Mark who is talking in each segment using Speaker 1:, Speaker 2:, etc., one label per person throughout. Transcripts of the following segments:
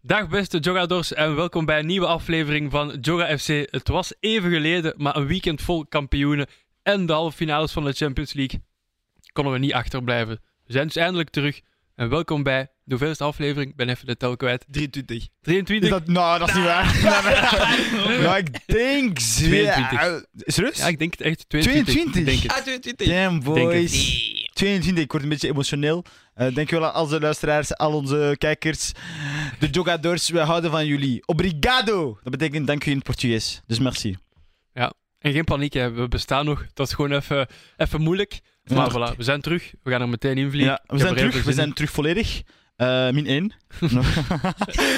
Speaker 1: Dag beste Jogadors en welkom bij een nieuwe aflevering van Joga FC. Het was even geleden, maar een weekend vol kampioenen en de halve finales van de Champions League konden we niet achterblijven. We zijn dus eindelijk terug en welkom bij de hoeveelste aflevering. Ik ben even de tel kwijt.
Speaker 2: 23.
Speaker 1: 23?
Speaker 2: Is dat, nou, dat is niet waar. nou, ik denk... ze-
Speaker 1: 22.
Speaker 2: eh, Serieus?
Speaker 1: Ja, ik denk het echt. 22.
Speaker 2: 22?
Speaker 1: Denk het.
Speaker 3: Ah, 22.
Speaker 2: Damn,
Speaker 1: het.
Speaker 2: boys. 22, ik word een beetje emotioneel. Eh denk wel aan al onze luisteraars, al onze kijkers, de jogadors, we houden van jullie. Obrigado! Dat betekent dank u in het Portugees, dus merci.
Speaker 1: En geen paniek, hè. we bestaan nog. Dat is gewoon even, even moeilijk. Maar
Speaker 2: Ja.
Speaker 1: voilà, we zijn terug. We gaan er meteen in vliegen.
Speaker 2: Ja,
Speaker 1: Ik
Speaker 2: we
Speaker 1: heb
Speaker 2: zijn
Speaker 1: er heel
Speaker 2: terug, we
Speaker 1: veel zin
Speaker 2: zijn terug volledig. Eh, min 1. dat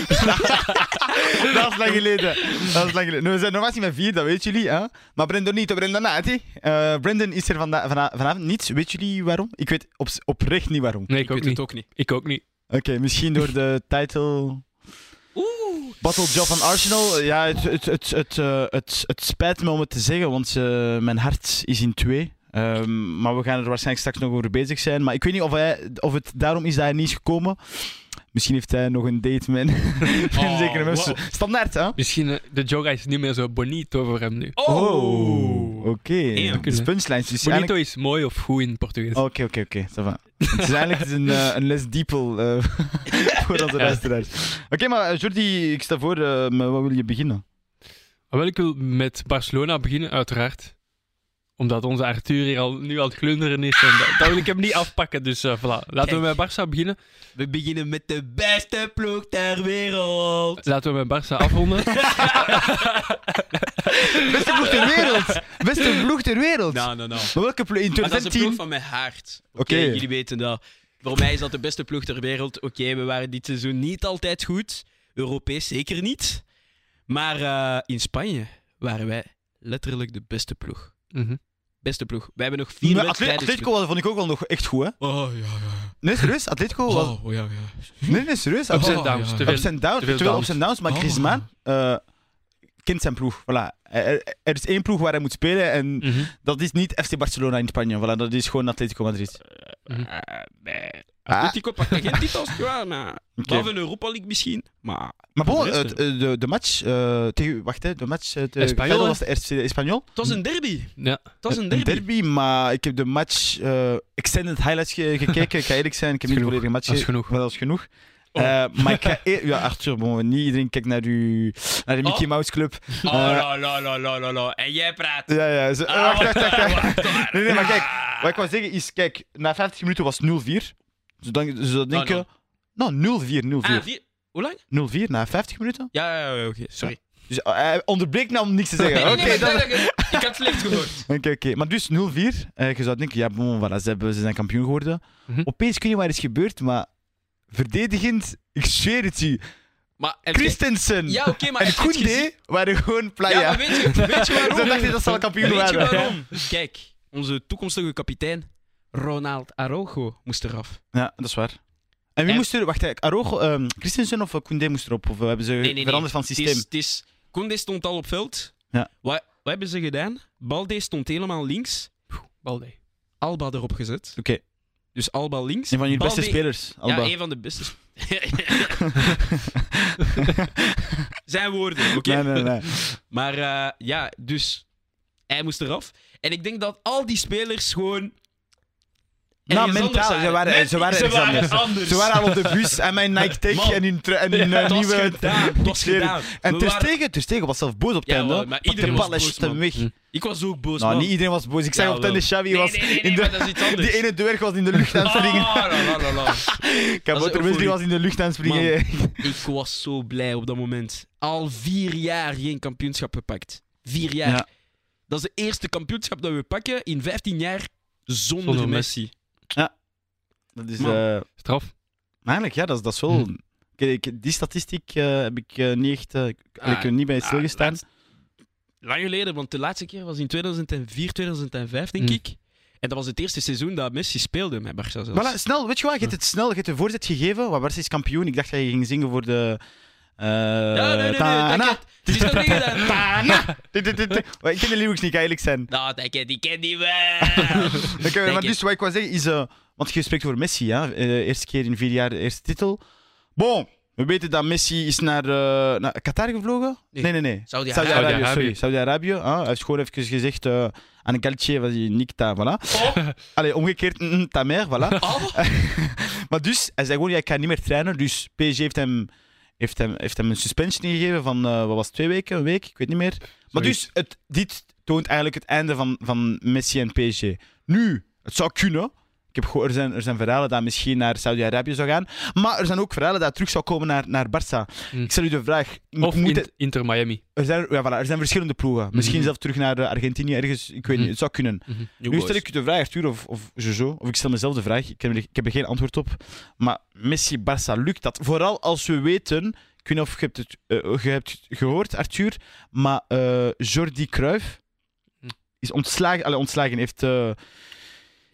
Speaker 2: is lang geleden. Dat is lang geleden. Nou, we zijn normaal gezien met 4, dat weten jullie. Hè? Maar Brendan niet, oh, Brendan uit. hè. Eh Brendan is er vanda- vana- vanavond niet. Weten jullie waarom? Ik weet op- oprecht niet waarom.
Speaker 1: in. Nee,
Speaker 3: Ik
Speaker 1: ik ook
Speaker 3: weet
Speaker 1: niet.
Speaker 3: het ook niet.
Speaker 1: Ik ook niet.
Speaker 2: Oké, misschien door de title.
Speaker 3: Oeh.
Speaker 2: Battle Job van Arsenal. Ja, het, het, het, het, eh, het, het spijt me om het te zeggen, want eh, mijn hart is in twee. Ehm, maar we gaan er waarschijnlijk straks nog over bezig zijn. Maar ik weet niet of, hij, of het daarom is dat hij niet is gekomen. Misschien heeft hij nog een date met met een
Speaker 3: Oh,
Speaker 2: zekere mensen.
Speaker 3: wow.
Speaker 2: Standaard, hè?
Speaker 1: Misschien eh, de Joga is niet meer zo bonito voor hem nu.
Speaker 3: Oh.
Speaker 2: oké.
Speaker 3: Damn.
Speaker 2: Dus punchlines. Dus
Speaker 1: Bonito
Speaker 2: eigenlijk-
Speaker 1: is mooi of goed in het
Speaker 3: Oh.
Speaker 1: Portugees.
Speaker 3: Dus-
Speaker 2: Oké, oké, oké. ça va. Het is eigenlijk een, eh, een les diepel eh, voor onze luisteraars. Oké, maar eh, Jordi, ik sta voor, eh, met wat wil je beginnen?
Speaker 1: Maar wel, ik wil met Barcelona beginnen, uiteraard. Omdat onze Arthur hier al, nu aan het glunderen is. En dat, dat wil ik hem niet afpakken. Dus eh, voilà. Laten we
Speaker 3: Kijk.
Speaker 1: met Barça beginnen.
Speaker 3: We beginnen met de beste ploeg ter wereld.
Speaker 1: Laten we met Barça afronden.
Speaker 2: Beste ploeg ter wereld! Beste ploeg ter wereld!
Speaker 3: Nou, nou, nou.
Speaker 2: Maar welke ploeg? In
Speaker 3: Maar dat is de
Speaker 2: 2010?
Speaker 3: ploeg van mijn hart. Oké,
Speaker 2: Oké.
Speaker 3: jullie weten dat. Voor mij is dat de beste ploeg ter wereld. Oké, we waren dit seizoen niet altijd goed. Europees zeker niet. Maar eh, in Spanje waren wij letterlijk de beste ploeg.
Speaker 1: Mhm.
Speaker 3: Beste ploeg. Wij hebben nog vier
Speaker 2: Maar Atle-
Speaker 3: wedstrijden.
Speaker 2: Atletico was- vond ik ook wel nog echt goed, hè?
Speaker 3: te spelen. Oh, ja, ja.
Speaker 2: Nee, serieus? Atletico was...
Speaker 3: Oh, ja, ja.
Speaker 2: Nee, nee, serieus?
Speaker 1: Ups en
Speaker 3: Oh,
Speaker 1: downs.
Speaker 3: ja.
Speaker 1: Te veel.
Speaker 2: Ups en downs.
Speaker 1: te veel
Speaker 2: Te veel
Speaker 1: downs.
Speaker 2: ups en downs, maar
Speaker 3: Oh.
Speaker 2: Griezmann eh, kent zijn ploeg. Voilà. Er, er- er is één ploeg waar hij moet spelen en
Speaker 1: Mhm.
Speaker 2: dat is niet FC Barcelona in Spanje. Voilà, dat is gewoon Atletico Madrid.
Speaker 1: Mhm.
Speaker 3: Eh, nee.
Speaker 2: Ah.
Speaker 3: Atletico pakt nog geen titels, ja, maar...
Speaker 2: Oké.
Speaker 3: Behalve een Europa League misschien. Maar
Speaker 2: Maar bon,
Speaker 3: Voor de rest,
Speaker 2: het- eh, de, de match eh, tegen... Wacht, hè. De match eh, tegen...
Speaker 1: Espanyol,
Speaker 2: Feyenoord
Speaker 1: hè?
Speaker 2: was de FC Espanyol.
Speaker 3: het was een derby.
Speaker 1: Ja.
Speaker 3: Het was een derby.
Speaker 2: maar ik heb de match eh, extended highlights ge- gekeken. Ik ga eerlijk zijn, ik heb
Speaker 1: Is genoeg.
Speaker 2: niet de volledige match
Speaker 1: Dat is
Speaker 2: ge-
Speaker 1: genoeg.
Speaker 2: Maar dat is genoeg.
Speaker 3: Oh.
Speaker 2: Eh, maar ik ga eer- Ja, Arthur, bon, niet iedereen kijkt naar, u, naar de Mickey Mouse Club. Eh,
Speaker 3: Oh, la, la, la, la, la, la. En jij praat.
Speaker 2: Ja, ja. Zo, eh,
Speaker 3: Ah,
Speaker 2: wacht, wacht, wacht, wacht. Nee, nee, maar kijk. Wat ik wou zeggen is, kijk, na 50 minuten was het 0-4. Dus dan, dus dan denk je...
Speaker 3: nou.
Speaker 2: Nou, 0-4, 0-4.
Speaker 3: Ah, vier. Hoe lang?
Speaker 2: 0-4 na 50 minuten.
Speaker 3: Ja, ja, ja, oké. Sorry.
Speaker 2: Dus eh, hij onderbreekt nou om niks te zeggen. Oké,
Speaker 3: Nee, nee, nee,
Speaker 2: dan...
Speaker 3: nee, nee, nee. Ik had slecht gehoord.
Speaker 2: Oké, oké. Maar dus 0-4. eh, je zou denken, ja, bon, voilà, ze, hebben, ze zijn kampioen geworden.
Speaker 1: Mhm.
Speaker 2: Opeens kun je maar eens gebeurd, maar verdedigend, ik zweer het u.
Speaker 3: Maar heb je-
Speaker 2: Christensen
Speaker 3: Ja, oké, maar
Speaker 2: en
Speaker 3: heb je het gezien?
Speaker 2: Koundé waren gewoon playa.
Speaker 3: Ja, maar weet je, weet je waarom?
Speaker 2: Ze dachten dat ze al kampioen
Speaker 3: Weet je
Speaker 2: waren.
Speaker 3: waarom? Kijk, onze toekomstige kapitein, Ronald Araujo, moest eraf.
Speaker 2: Ja, dat is waar. En wie
Speaker 3: En-
Speaker 2: moest er... Wacht, hè, Arogo, ehm, Christensen of eh, Koundé moest erop? Of eh, hebben ze
Speaker 3: nee, nee.
Speaker 2: veranderd van
Speaker 3: Het
Speaker 2: systeem?
Speaker 3: is, het is, Koundé stond al op veld.
Speaker 2: Ja.
Speaker 3: Wat, wat hebben ze gedaan? Balde stond helemaal links.
Speaker 1: Balde.
Speaker 3: Alba erop gezet.
Speaker 2: Oké,
Speaker 3: Dus Alba links.
Speaker 2: een van jullie beste
Speaker 3: Balde-
Speaker 2: spelers, Alba.
Speaker 3: Ja, een van de beste. sp- Zijn woorden, oké.
Speaker 2: Nee, nee, nee.
Speaker 3: Maar eh, ja, dus hij moest eraf. En ik denk dat al die spelers gewoon.
Speaker 2: Nou,
Speaker 3: ergens anders
Speaker 2: mentaal, ze waren-
Speaker 3: Net-
Speaker 2: ze waren ergens anders.
Speaker 3: anders.
Speaker 2: Ze waren al op de bus en mijn Nike Tech
Speaker 3: Man.
Speaker 2: en hun, tra- en hun eh,
Speaker 3: Het was
Speaker 2: nieuwe...
Speaker 3: gedaan, het was
Speaker 2: kleren.
Speaker 3: gedaan.
Speaker 2: En
Speaker 3: We
Speaker 2: Ter
Speaker 3: waren-
Speaker 2: Stegen, Ter Stegen was zelf boos op
Speaker 3: Ja,
Speaker 2: Ten,
Speaker 3: wel,
Speaker 2: hoor.
Speaker 3: maar
Speaker 2: Pakte
Speaker 3: iedereen was
Speaker 2: ballen,
Speaker 3: boos,
Speaker 2: shootte hem
Speaker 3: man.
Speaker 2: weg.
Speaker 1: Hm.
Speaker 3: Ik was ook boos.
Speaker 2: Nou,
Speaker 3: man.
Speaker 2: niet iedereen was boos. Ik zei op
Speaker 3: Jawel.
Speaker 2: Ten de Xavi
Speaker 3: Nee,
Speaker 2: was
Speaker 3: nee, nee, nee,
Speaker 2: in de...
Speaker 3: maar dat is iets anders.
Speaker 2: Die ene dwerg was in de lucht aan het
Speaker 3: Ah,
Speaker 2: springen.
Speaker 3: la, la, la, la.
Speaker 2: Kabouter
Speaker 3: euforie.
Speaker 2: Wesley was in de lucht aan het springen.
Speaker 3: Ik was zo blij op dat moment. Al vier jaar geen kampioenschap gepakt. Vier jaar.
Speaker 2: Ja.
Speaker 3: Dat is de eerste kampioenschap dat we pakken in 15 jaar zonder,
Speaker 1: Zonder
Speaker 3: Messi.
Speaker 2: Dat is...
Speaker 3: Man. Mm.
Speaker 2: eh,
Speaker 1: Straf.
Speaker 2: Eigenlijk, ja, dat is, dat is wel...
Speaker 1: Hm.
Speaker 2: Oké, ik- die statistiek eh, heb ik eh, niet echt... eh, ik
Speaker 3: Ah,
Speaker 2: ik heb er niet bij
Speaker 3: ah,
Speaker 2: stilgestaan.
Speaker 3: Lang geleden, want de laatste keer was in 2004, 2005, denk
Speaker 2: Hmm.
Speaker 1: Mm.
Speaker 3: ik. En dat was het eerste seizoen dat Messi speelde met Barca zelfs.
Speaker 2: Voilà, snel. Weet je wat? Je hebt het snel. Je hebt de voorzet gegeven. Wat Barca is kampioen. Ik dacht dat je ging zingen voor de... eh
Speaker 3: ja, nee, nee, nee.
Speaker 2: Tana.
Speaker 3: denk het. Het is nog niet gedaan.
Speaker 2: Tana. Dit, dit, dit, dit. Maar Ik ken de lyrics niet, ik ga eerlijk zijn.
Speaker 3: Nou, denk het, die ken die wel.
Speaker 2: Oké, maar
Speaker 3: je.
Speaker 2: dus wat ik Eh, wou zeggen is... eh, want je spreekt voor Messi, hè? Eh, eerste keer in vier jaar de eerste titel. Bon, We weten dat Messi is naar, eh, naar Qatar gevlogen.
Speaker 3: Nee.
Speaker 2: Nee, nee, nee.
Speaker 3: Saudi-Arabië.
Speaker 2: Saudi-Arabië,
Speaker 1: Saudi-Arabië.
Speaker 2: sorry. Saudi-Arabië. ah, hij heeft gewoon even gezegd eh, aan een kaltje van die Nikta, voilà. Allee, omgekeerd, mm, mm, ta mère, voilà.
Speaker 3: Oh,
Speaker 2: maar dus, hij zei gewoon, ja, ik ga niet meer trainen. Dus PSG heeft hem, heeft hem, heeft hem een suspension gegeven van, eh, wat was het, twee weken, een week? Ik weet niet meer. Maar
Speaker 1: Zoiets.
Speaker 2: dus, het, dit toont eigenlijk het einde van, van Messi en PSG. Nu, het zou kunnen. Ik heb gehoord, er zijn, er zijn verhalen dat hij misschien naar Saudi-Arabië zou gaan. Maar er zijn ook verhalen dat hij terug zou komen naar, naar Barça.
Speaker 1: Mm.
Speaker 2: Ik stel u de vraag. mo-
Speaker 1: Of
Speaker 2: moet
Speaker 1: in-
Speaker 2: hij-
Speaker 1: Inter Miami.
Speaker 2: er, zijn, ja, voilà, er zijn verschillende ploegen. Misschien
Speaker 1: Mhm.
Speaker 2: zelf terug naar eh, Argentinië, ergens. Ik weet
Speaker 1: Mhm.
Speaker 2: niet, het zou kunnen. Nu stel ik u de vraag, Arthur of, of Jojo, of ik stel mezelf de vraag, ik heb, er- ik heb er geen antwoord op. Maar Messi, Barça, lukt dat? Vooral als we weten, ik weet niet of je hebt het, eh, je hebt het gehoord, Arthur, maar eh, Jordi Cruijff
Speaker 1: Hm.
Speaker 2: is ontslagen, allee, ontslagen heeft eh,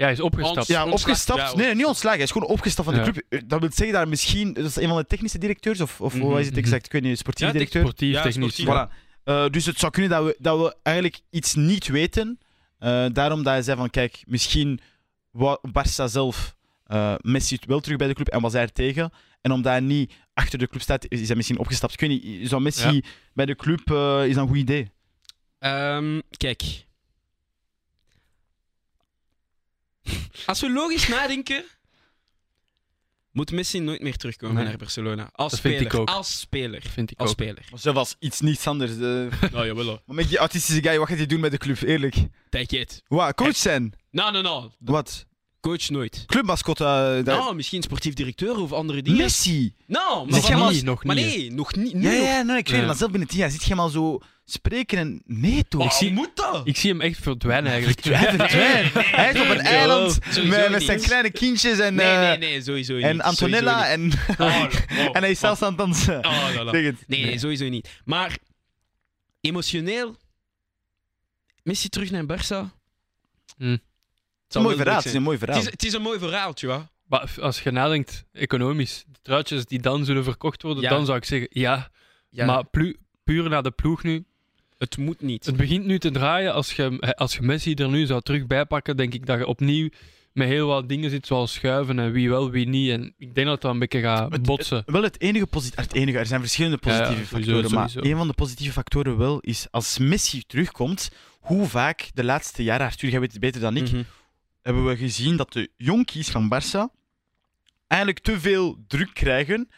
Speaker 1: Ja, hij is opgestapt.
Speaker 2: ja,
Speaker 3: ontslag-
Speaker 2: opgestapt.
Speaker 3: ja,
Speaker 2: nee, niet ontslagen, hij is gewoon opgestapt van
Speaker 1: Ja.
Speaker 2: de club. Eh, Dat wil zeggen dat misschien, dat is een van de technische directeurs, of, of
Speaker 1: Mhm,
Speaker 2: hoe is het
Speaker 1: mhm.
Speaker 2: exact, ik weet niet, sportieve
Speaker 3: Ja, tech-
Speaker 2: directeur?
Speaker 1: Sportief,
Speaker 3: Ja,
Speaker 1: technisch.
Speaker 3: sportief.
Speaker 1: ja.
Speaker 2: Voilà. Eh, dus het zou kunnen dat we, dat we eigenlijk iets niet weten. Eh, daarom dat hij zei van, kijk, misschien wou Barça zelf eh, Messi wel terug bij de club en was hij er tegen. En omdat hij niet achter de club staat, is hij misschien opgestapt. Ik weet niet, zou Messi bij de club, eh, is dat een goed idee?
Speaker 3: Ehm, kijk. Als we logisch nadenken, moet Messi nooit meer terugkomen
Speaker 1: Nee.
Speaker 3: naar Barcelona. Als
Speaker 1: Dat vind
Speaker 3: speler.
Speaker 1: ik ook.
Speaker 3: Als speler.
Speaker 1: Dat vind ik
Speaker 3: Als
Speaker 1: ook.
Speaker 3: speler.
Speaker 2: Zelfs als iets niets anders. eh.
Speaker 3: Nou, jawel hoor.
Speaker 2: maar met die autistische guy, wat gaat hij doen met de club? Eerlijk.
Speaker 3: Take it.
Speaker 2: Wat, coach zijn?
Speaker 3: Nou, nou, nou.
Speaker 2: Wat?
Speaker 3: Coach nooit.
Speaker 2: Clubmascotte? eh, daar-
Speaker 3: Nou, misschien sportief directeur of andere dingen.
Speaker 2: Messi!
Speaker 3: Nou,
Speaker 2: Zeg
Speaker 3: maar
Speaker 1: Nog
Speaker 2: jij
Speaker 3: van-
Speaker 2: maar
Speaker 1: niet, nog
Speaker 3: Maar
Speaker 1: niet.
Speaker 3: nee, nog niet. nu
Speaker 2: Ja,
Speaker 3: nog.
Speaker 2: ja, nee, ik weet het,
Speaker 1: Ja.
Speaker 2: maar zelf binnen tien jaar zit je hem al zo spreken en... Nee, toch?
Speaker 1: Ik
Speaker 3: Waarom
Speaker 1: zie-
Speaker 3: Oh, moet dat?
Speaker 1: Ik zie hem echt verdwijnen eigenlijk.
Speaker 2: Verdwijnen, verdwijnen. Hij is op een
Speaker 3: nee,
Speaker 2: eiland
Speaker 3: joh. Sowieso
Speaker 2: met, met
Speaker 3: niet.
Speaker 2: zijn kleine kindjes en,
Speaker 3: Nee,
Speaker 2: eh,
Speaker 3: nee, nee, sowieso niet.
Speaker 2: en Antonella.
Speaker 3: Sowieso
Speaker 2: En,
Speaker 3: niet. Oh, oh,
Speaker 2: en hij is zelfs aan het dansen.
Speaker 3: oh, oh, oh, oh.
Speaker 2: Zeg het.
Speaker 3: Nee, nee, sowieso niet. Maar emotioneel, Messi terug naar Barça.
Speaker 1: Hmm.
Speaker 3: Het
Speaker 2: Het is een mooi verhaal.
Speaker 3: verhaal.
Speaker 2: Het is een mooi
Speaker 3: Het
Speaker 2: verhaal.
Speaker 3: is, het is een mooi verhaaltje, hoor.
Speaker 1: Maar als je nadenkt, economisch, de truitjes die dan zullen verkocht worden,
Speaker 3: Ja.
Speaker 1: dan zou ik zeggen ja.
Speaker 3: Ja,
Speaker 1: Maar plu- puur naar de ploeg nu.
Speaker 3: het moet niet.
Speaker 1: Het begint nu te draaien. Als je, als je Messi er nu zou terug bijpakken, denk ik dat je opnieuw met heel wat dingen zit, zoals schuiven en wie wel, wie niet. En ik denk dat dat een beetje gaat
Speaker 2: Het-
Speaker 1: botsen.
Speaker 2: Wel het enige positieve... Het enige, er zijn verschillende positieve
Speaker 1: Ja, ja,
Speaker 2: factoren,
Speaker 1: sowieso, sowieso.
Speaker 2: maar een van de positieve factoren wel is als Messi terugkomt, hoe vaak de laatste jaren, Arthur, jij weet het beter dan ik,
Speaker 3: Mhm.
Speaker 2: hebben we gezien dat de jonkies van Barça eigenlijk te veel druk krijgen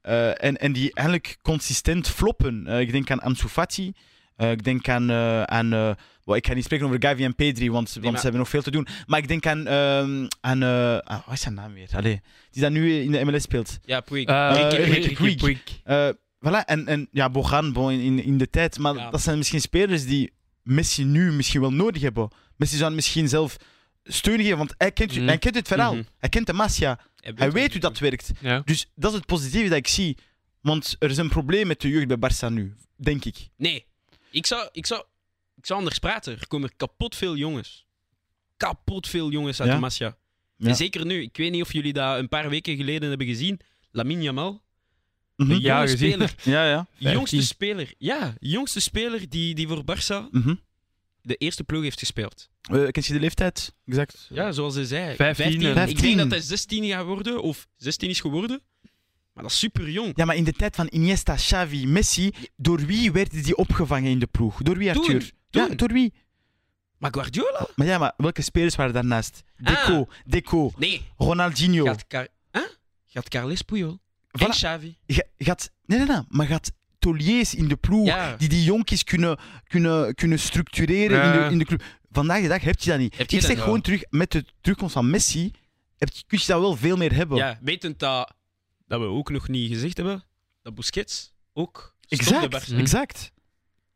Speaker 2: eh, en, en die eigenlijk consistent floppen. Eh, ik denk aan Ansu Fati, eh, ik denk aan... eh, aan eh, wel, ik ga niet spreken over Gavi en Pedri, want, want
Speaker 3: maar-
Speaker 2: ze hebben nog veel te doen. Maar ik denk aan... ehm aan eh, ah, wat is zijn naam weer? Allee, die dat nu in de MLS speelt.
Speaker 3: Ja, Puig.
Speaker 1: Eh,
Speaker 2: Ricky-
Speaker 1: Ricky
Speaker 2: Ricky
Speaker 1: Puig.
Speaker 2: Eh, voilà, en, en ja, Bogan bon, in, in de tijd. Maar
Speaker 3: Ja.
Speaker 2: dat zijn misschien spelers die Messi nu misschien wel nodig hebben. Messi zou hem misschien zelf steun geven, want hij kent,
Speaker 1: Mhm.
Speaker 2: hij kent het verhaal.
Speaker 3: Mhm.
Speaker 2: Hij kent de Masia. Hij weet hoe
Speaker 3: wat
Speaker 2: dat werkt.
Speaker 1: Ja.
Speaker 2: Dus dat is het positieve dat ik zie. Want er is een probleem met de jeugd bij Barça nu, denk ik.
Speaker 3: Nee. Ik zou, ik, zou, ik zou anders praten. Er komen kapot veel jongens. Kapot veel jongens uit
Speaker 2: Ja?
Speaker 3: de Massia.
Speaker 2: Ja.
Speaker 3: En zeker nu. Ik weet niet of jullie dat een paar weken geleden hebben gezien. Lamine Yamal.
Speaker 2: Mhm.
Speaker 3: Een
Speaker 1: Ja,
Speaker 3: jonge
Speaker 1: gezien.
Speaker 3: speler.
Speaker 2: Ja, ja.
Speaker 3: Jongste speler. Ja, jongste speler die, die voor Barça
Speaker 2: Mhm.
Speaker 3: de eerste ploeg heeft gespeeld.
Speaker 2: Eh, kent je de leeftijd? Exact.
Speaker 3: Ja, zoals hij zei.
Speaker 1: 15.
Speaker 3: Ik
Speaker 2: 15.
Speaker 3: denk dat hij 16 gaat worden. Of 16 is geworden. Maar dat is super jong.
Speaker 2: Ja, maar in de tijd van Iniesta, Xavi, Messi, door wie werden die opgevangen in de ploeg? Door wie,
Speaker 3: Toen,
Speaker 2: Arthur?
Speaker 3: toen.
Speaker 2: Ja, door wie?
Speaker 3: Maar Guardiola?
Speaker 2: Maar ja, maar welke spelers waren daarnaast? Deco, Deco,
Speaker 3: Nee.
Speaker 2: Ronaldinho.
Speaker 3: Gaat, Car huh? gaat Carles Puyol. En
Speaker 2: Voilà.
Speaker 3: Xavi.
Speaker 2: Ga- gaat, nee, nee, nee, maar gaat Toliers in de ploeg
Speaker 3: Ja.
Speaker 2: die die jonkies kunnen, kunnen, kunnen structureren in,
Speaker 1: Ja.
Speaker 2: de, in de club. Vandaag de dag heb je dat niet.
Speaker 3: Heb je
Speaker 2: ik
Speaker 3: dat
Speaker 2: zeg
Speaker 3: wel?
Speaker 2: gewoon terug, met de terugkomst van Messi heb je, kun je dat wel veel meer hebben.
Speaker 3: Ja, wetend dat, dat we ook nog niet gezegd hebben dat Busquets ook stond bij
Speaker 2: exact, Mm-hmm.
Speaker 3: Barca.
Speaker 1: Hm.
Speaker 2: exact.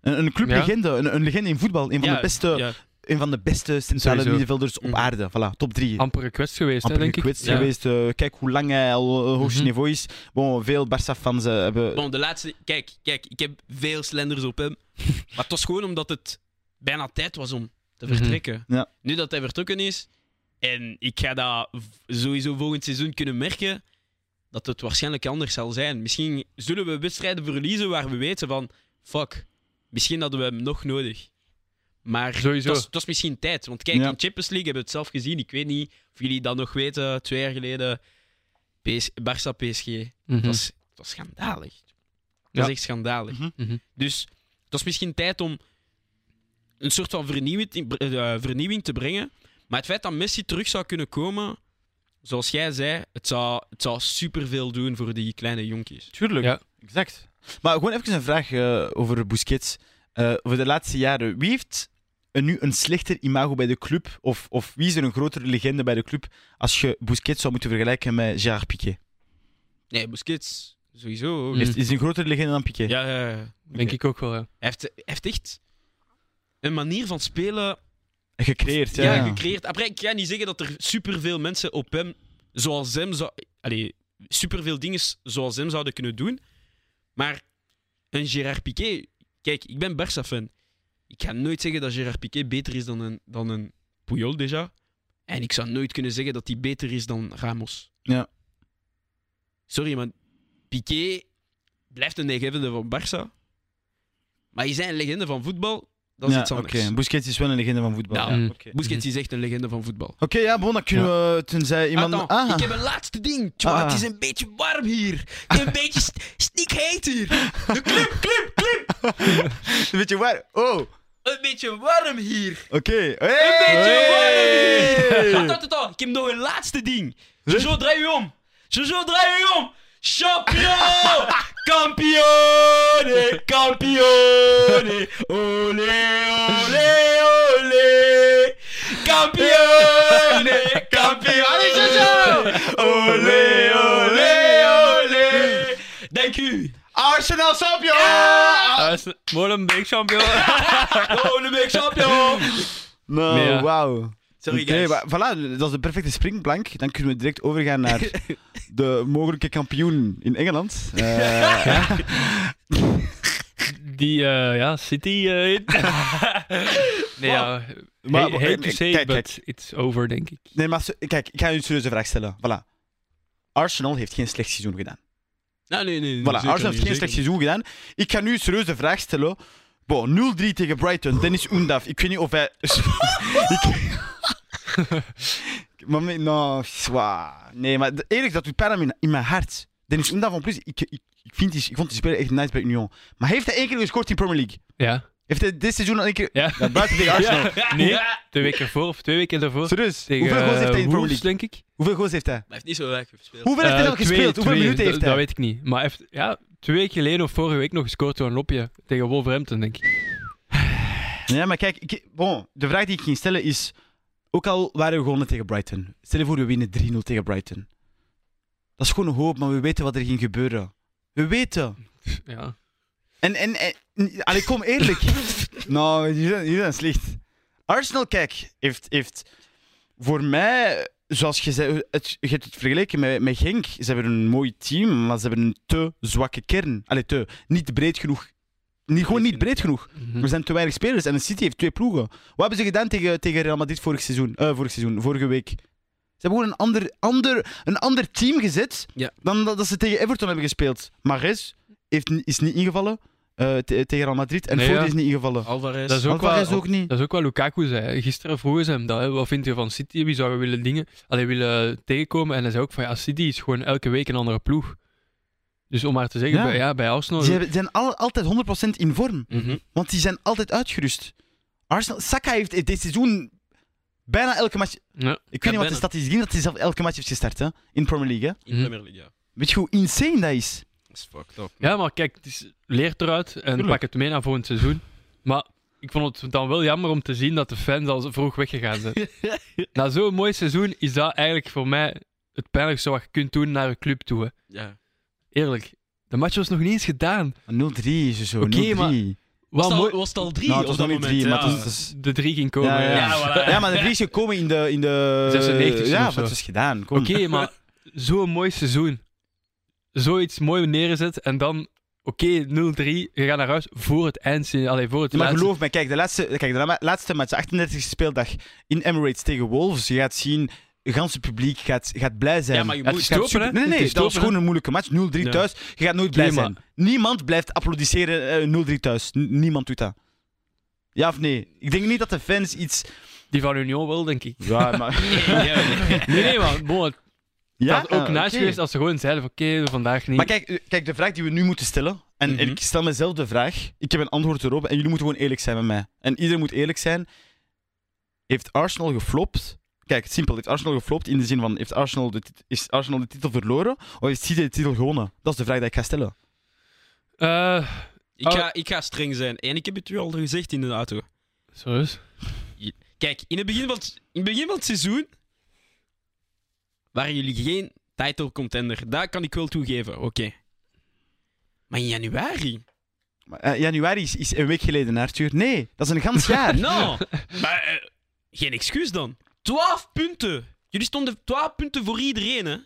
Speaker 2: Een, een clublegende, een, een legende in voetbal. Een van,
Speaker 3: Ja,
Speaker 2: de, beste,
Speaker 3: ja.
Speaker 2: een van de beste centrale
Speaker 1: Sowieso.
Speaker 2: middenvelders op
Speaker 3: Mhm.
Speaker 2: aarde. Voilà, top drie.
Speaker 1: Amper gekwetst geweest, hè,
Speaker 2: Amper
Speaker 1: denk ik.
Speaker 2: gekwetst
Speaker 3: Ja. Mm-hmm.
Speaker 2: geweest. eh, kijk hoe lang hij al eh, hoogste
Speaker 1: Mhm.
Speaker 2: niveau is. Bon, veel Barça-fans eh, hebben...
Speaker 3: Bon, de laatste... Kijk, kijk, ik heb veel slenders op hem. maar het was gewoon omdat het bijna tijd was om te
Speaker 1: Mhm.
Speaker 3: vertrekken.
Speaker 2: Ja.
Speaker 3: Nu dat hij vertrokken is, en ik ga dat v- sowieso volgend seizoen kunnen merken, dat het waarschijnlijk anders zal zijn. Misschien zullen we wedstrijden verliezen waar we weten van... Fuck, misschien hadden we hem nog nodig. Maar
Speaker 1: Sowieso.
Speaker 3: Het was, het was misschien tijd. Want kijk,
Speaker 2: Ja.
Speaker 3: in Champions League hebben we het zelf gezien. Ik weet niet of jullie dat nog weten. Twee jaar geleden, PS, Barça-PSG.
Speaker 1: Mhm.
Speaker 3: Dat was Dat is schandalig. Dat
Speaker 1: Ja.
Speaker 3: is echt schandalig.
Speaker 2: Mhm.
Speaker 1: Mhm.
Speaker 3: Dus het was misschien tijd om een soort van vernieuwing, eh, eh, vernieuwing te brengen. Maar het feit dat Messi terug zou kunnen komen, zoals jij zei, het zou, het zou superveel doen voor die kleine jonkjes.
Speaker 2: Tuurlijk.
Speaker 1: Ja.
Speaker 2: Exact. Maar gewoon even een vraag eh, over Busquets. Eh, over de laatste jaren, wie heeft een, nu een slechter imago bij de club? Of, of wie is er een grotere legende bij de club als je Busquets zou moeten vergelijken met Gerard Piqué?
Speaker 3: Nee, Busquets, sowieso.
Speaker 1: Mm.
Speaker 2: Is, is een grotere legende dan Piqué?
Speaker 3: Ja, ja, ja.
Speaker 1: Denk ik ook wel, ja.
Speaker 3: Hij heeft, hij heeft echt een manier van spelen
Speaker 2: Gecreëerd, ja.
Speaker 3: ja, gecreëerd. Après, ik ga niet zeggen dat er superveel mensen op hem, zoals hem, zou, allee, superveel dingen zoals hem zouden kunnen doen. Maar een Gerard Piqué, kijk, ik ben Barça-fan. Ik ga nooit zeggen dat Gerard Piqué beter is dan een, dan een Puyol, déjà. En ik zou nooit kunnen zeggen dat hij beter is dan Ramos.
Speaker 2: Ja.
Speaker 3: Sorry, maar Piqué blijft een legende van Barça. Maar hij is een legende van voetbal. Dat is
Speaker 2: Ja,
Speaker 3: iets anders.
Speaker 2: Oké, Busquets is wel een legende van voetbal.
Speaker 3: Ja.
Speaker 2: ja.
Speaker 1: Mm.
Speaker 2: Oké,
Speaker 3: Busquets is echt een legende van voetbal.
Speaker 2: Oké, ja, bon, dan kunnen we, tenzij iemand...
Speaker 3: Attends,
Speaker 2: Ah.
Speaker 3: ik heb een laatste ding. Tjoa,
Speaker 2: Ah.
Speaker 3: Het is een beetje warm hier. Een beetje st- snikheet hier. De club, club, club.
Speaker 2: Weet je waar? Oh, oké.
Speaker 3: Een beetje warm hier.
Speaker 2: Hey!
Speaker 3: Een beetje warm hier.
Speaker 2: Hey!
Speaker 3: Attends, attends. Ik heb nog een laatste ding. Jojo, draai u om. Jojo, draai u om. Champion! Campione! Campione! Ole, ole, ole! Campione! Campione! Allez, Jojo! Olé, olé, olé. Dank u.
Speaker 2: Arsenal champion!
Speaker 1: Ah, is een- Molenbeek champion.
Speaker 3: Olympic champion.
Speaker 2: Nou,
Speaker 1: Nee, ja.
Speaker 2: wauw.
Speaker 3: Sorry,
Speaker 2: Oké,
Speaker 3: guys.
Speaker 2: maar voilà, dat is de perfecte springplank. Dan kunnen we direct overgaan naar de mogelijke kampioen in Engeland. Eh,
Speaker 1: Die, eh, ja, City. eh, heet. nee, ja. Maar,
Speaker 2: Maar-
Speaker 1: hate to say,
Speaker 2: kijk,
Speaker 1: but
Speaker 2: kijk.
Speaker 1: it's over, denk ik.
Speaker 2: nee, maar se- kijk, ik ga u een serieuze vraag stellen. Voilà. Arsenal heeft geen slecht seizoen gedaan.
Speaker 3: Nee, Nou, nee, nee.
Speaker 2: Voilà, Arsenal heeft geen slecht seizoen gedaan. Ik ga nu een serieuze vraag stellen. Bon, 0-3 tegen Brighton. Dennis Oendaf. Ik weet niet of hij... ik... maar me- nou, zwaar. Nee, maar de- eerlijk, dat doet pijn aan mijn- in mijn hart. Dennis Oendaf, van plus, ik, ik, ik, vind die, ik vond die speler echt nice bij Union. Maar heeft hij één keer gescoord in Premier League?
Speaker 1: Ja.
Speaker 2: Heeft hij dit seizoen al één keer...
Speaker 1: ja.
Speaker 2: Ja, buiten tegen Arsenal.
Speaker 1: Nee, twee weken ervoor of twee weken daarvoor.
Speaker 2: Serieus?
Speaker 1: Tegen
Speaker 2: Hoeveel goals heeft hij in
Speaker 1: eh,
Speaker 2: de Premier
Speaker 1: Wolves,
Speaker 2: League?
Speaker 1: denk ik.
Speaker 2: Hoeveel goals heeft hij?
Speaker 3: heeft niet zo weinig gespeeld.
Speaker 2: Hoeveel heeft hij
Speaker 1: Eh,
Speaker 2: al
Speaker 1: twee-
Speaker 2: gespeeld? Hoeveel
Speaker 1: twee,
Speaker 2: minuten
Speaker 1: dat-
Speaker 2: heeft
Speaker 1: Dat
Speaker 2: hij?
Speaker 1: weet ik niet. Maar hij heeft ja, twee weken geleden of vorige week nog gescoord door een lopje. Tegen Wolverhampton, denk ik.
Speaker 2: Ja, maar kijk, ik- bon, de vraag die ik ging stellen is... Ook al waren we gewonnen tegen Brighton. Stel je voor, we winnen 3-0 tegen Brighton. Dat is gewoon een hoop, maar we weten wat er ging gebeuren. We weten.
Speaker 1: Ja.
Speaker 2: En, en, en n- allee, kom eerlijk. nou, jullie zijn, jullie zijn slecht. Arsenal, kijk, heeft, heeft voor mij, zoals je zei, het, je hebt het vergeleken met, met Genk. Ze hebben een mooi team, maar ze hebben een te zwakke kern. Allee, te, niet breed genoeg. Niet, gewoon niet breed genoeg.
Speaker 1: Mhm.
Speaker 2: Er zijn te weinig spelers en de City heeft twee ploegen. Wat hebben ze gedaan tegen, tegen Real Madrid vorig seizoen, Eh, vorig seizoen? Vorige week. Ze hebben gewoon een ander, ander, een ander team gezet
Speaker 3: Ja.
Speaker 2: dan dat, dat ze tegen Everton hebben gespeeld. Mares heeft, ni- is niet ingevallen eh, te- tegen Real Madrid en
Speaker 1: Nee,
Speaker 2: Foden
Speaker 1: ja.
Speaker 2: is niet ingevallen.
Speaker 3: Alvarez.
Speaker 1: Dat is ook
Speaker 2: Alvarez
Speaker 1: wel-
Speaker 2: ook niet.
Speaker 1: Dat is ook wat Lukaku zei. Gisteren vroegen ze hem dat. hè. Wat vind je van City? Wie zou je willen dingen? Allee, willen tegenkomen? En hij zei ook van ja, City is gewoon elke week een andere ploeg. Dus om maar te zeggen,
Speaker 2: Ja.
Speaker 1: bij, ja, bij Arsenal.
Speaker 2: Ze hebben- zijn al- altijd 100% in vorm,
Speaker 3: Mhm.
Speaker 2: want die zijn altijd uitgerust. Arsenal, Saka heeft dit seizoen bijna elke match...
Speaker 1: Ja.
Speaker 2: Ik weet
Speaker 3: Ja,
Speaker 2: niet wat de
Speaker 3: bijna.
Speaker 2: statistiek is, dat hij zelf elke match heeft gestart hè, in Premier League. Hè.
Speaker 3: In de Premier League, ja.
Speaker 2: Weet je hoe insane dat is?
Speaker 3: Dat is fucked up.
Speaker 1: Ja, maar kijk, het is, leert eruit en
Speaker 2: Tuurlijk.
Speaker 1: pak het mee naar volgend seizoen. Maar ik vond het dan wel jammer om te zien dat de fans al zo vroeg weggegaan zijn. Na zo'n mooi seizoen is dat eigenlijk voor mij het pijnlijkste wat je kunt doen naar een club toe. hè.
Speaker 3: Ja.
Speaker 1: Eerlijk, de match was nog niet eens gedaan.
Speaker 2: 0-3 is er zo,
Speaker 1: Oké,
Speaker 2: 0-3.
Speaker 1: maar-
Speaker 3: Was,
Speaker 1: Wel
Speaker 3: het al,
Speaker 1: mooi.
Speaker 3: was het al drie
Speaker 2: Nou,
Speaker 3: op
Speaker 2: het was
Speaker 3: dat
Speaker 2: nog niet
Speaker 3: moment?
Speaker 2: drie, maar
Speaker 3: ja.
Speaker 2: het was- het was...
Speaker 1: De drie ging komen.
Speaker 2: Ja,
Speaker 1: Ja,
Speaker 2: ja.
Speaker 3: Ja, voilà.
Speaker 2: Ja, maar de drie is gekomen in de... In de...
Speaker 1: 96e
Speaker 2: Ja,
Speaker 1: of
Speaker 2: maar het
Speaker 1: zo.
Speaker 2: is gedaan. Kom.
Speaker 1: Oké, maar zo'n mooi seizoen. Zoiets mooi neerzet en dan, oké, 0-3, je gaat naar huis voor het eindsignaal. Allee, voor het
Speaker 2: Maar
Speaker 1: laatste.
Speaker 2: geloof me, kijk, de laatste, kijk, de la- laatste match, de 38e speeldag in Emirates tegen Wolves. Je gaat zien, het ganse publiek gaat, gaat blij zijn.
Speaker 3: Ja, maar je
Speaker 1: Ja, het
Speaker 3: moet...
Speaker 1: is
Speaker 2: Gaat
Speaker 1: stoppen,
Speaker 2: super-
Speaker 1: hè?
Speaker 2: Nee, nee,
Speaker 1: Het
Speaker 2: nee
Speaker 1: is
Speaker 2: dat was
Speaker 1: stoppen,
Speaker 2: gewoon een moeilijke match. 0-3
Speaker 3: Ja.
Speaker 2: thuis, je gaat nooit blij
Speaker 1: Nee,
Speaker 2: zijn. Niemand blijft applaudisseren eh, 0-3 thuis. N- niemand doet dat. Ja of nee? Ik denk niet dat de fans iets...
Speaker 1: Die van Union wel, denk ik.
Speaker 2: Ja, maar...
Speaker 3: Ja, ja, ja.
Speaker 1: Nee, nee, maar bon, het- Het
Speaker 2: Ja,
Speaker 1: had ook
Speaker 2: Ah,
Speaker 1: nice
Speaker 2: oké.
Speaker 1: geweest als ze gewoon zeiden van oké, vandaag niet.
Speaker 2: Maar kijk, eh, kijk, de vraag die we nu moeten stellen, en
Speaker 3: Mhm.
Speaker 2: ik stel mezelf de vraag, ik heb een antwoord erop en jullie moeten gewoon eerlijk zijn met mij. En iedereen moet eerlijk zijn. Heeft Arsenal geflopt? Kijk, simpel, heeft Arsenal geflopt in de zin van, heeft Arsenal de, tit- is Arsenal de titel verloren of heeft City de titel gewonnen? Dat is de vraag die ik ga stellen.
Speaker 1: Eh,
Speaker 2: Oh.
Speaker 3: Ik, ga, ik ga streng zijn. En ik heb het u al gezegd in de auto.
Speaker 1: serieus?
Speaker 3: Kijk, in het begin van het, in het, begin van het seizoen waren jullie geen title contender. Daar kan ik wel toegeven, oké. Maar in januari?
Speaker 2: Maar, eh, januari is, is een week geleden, Arthur. Nee, dat is een gans jaar.
Speaker 3: Nou, maar, eh, geen excuus dan. 12 punten. Jullie stonden 12 punten voor iedereen, hè?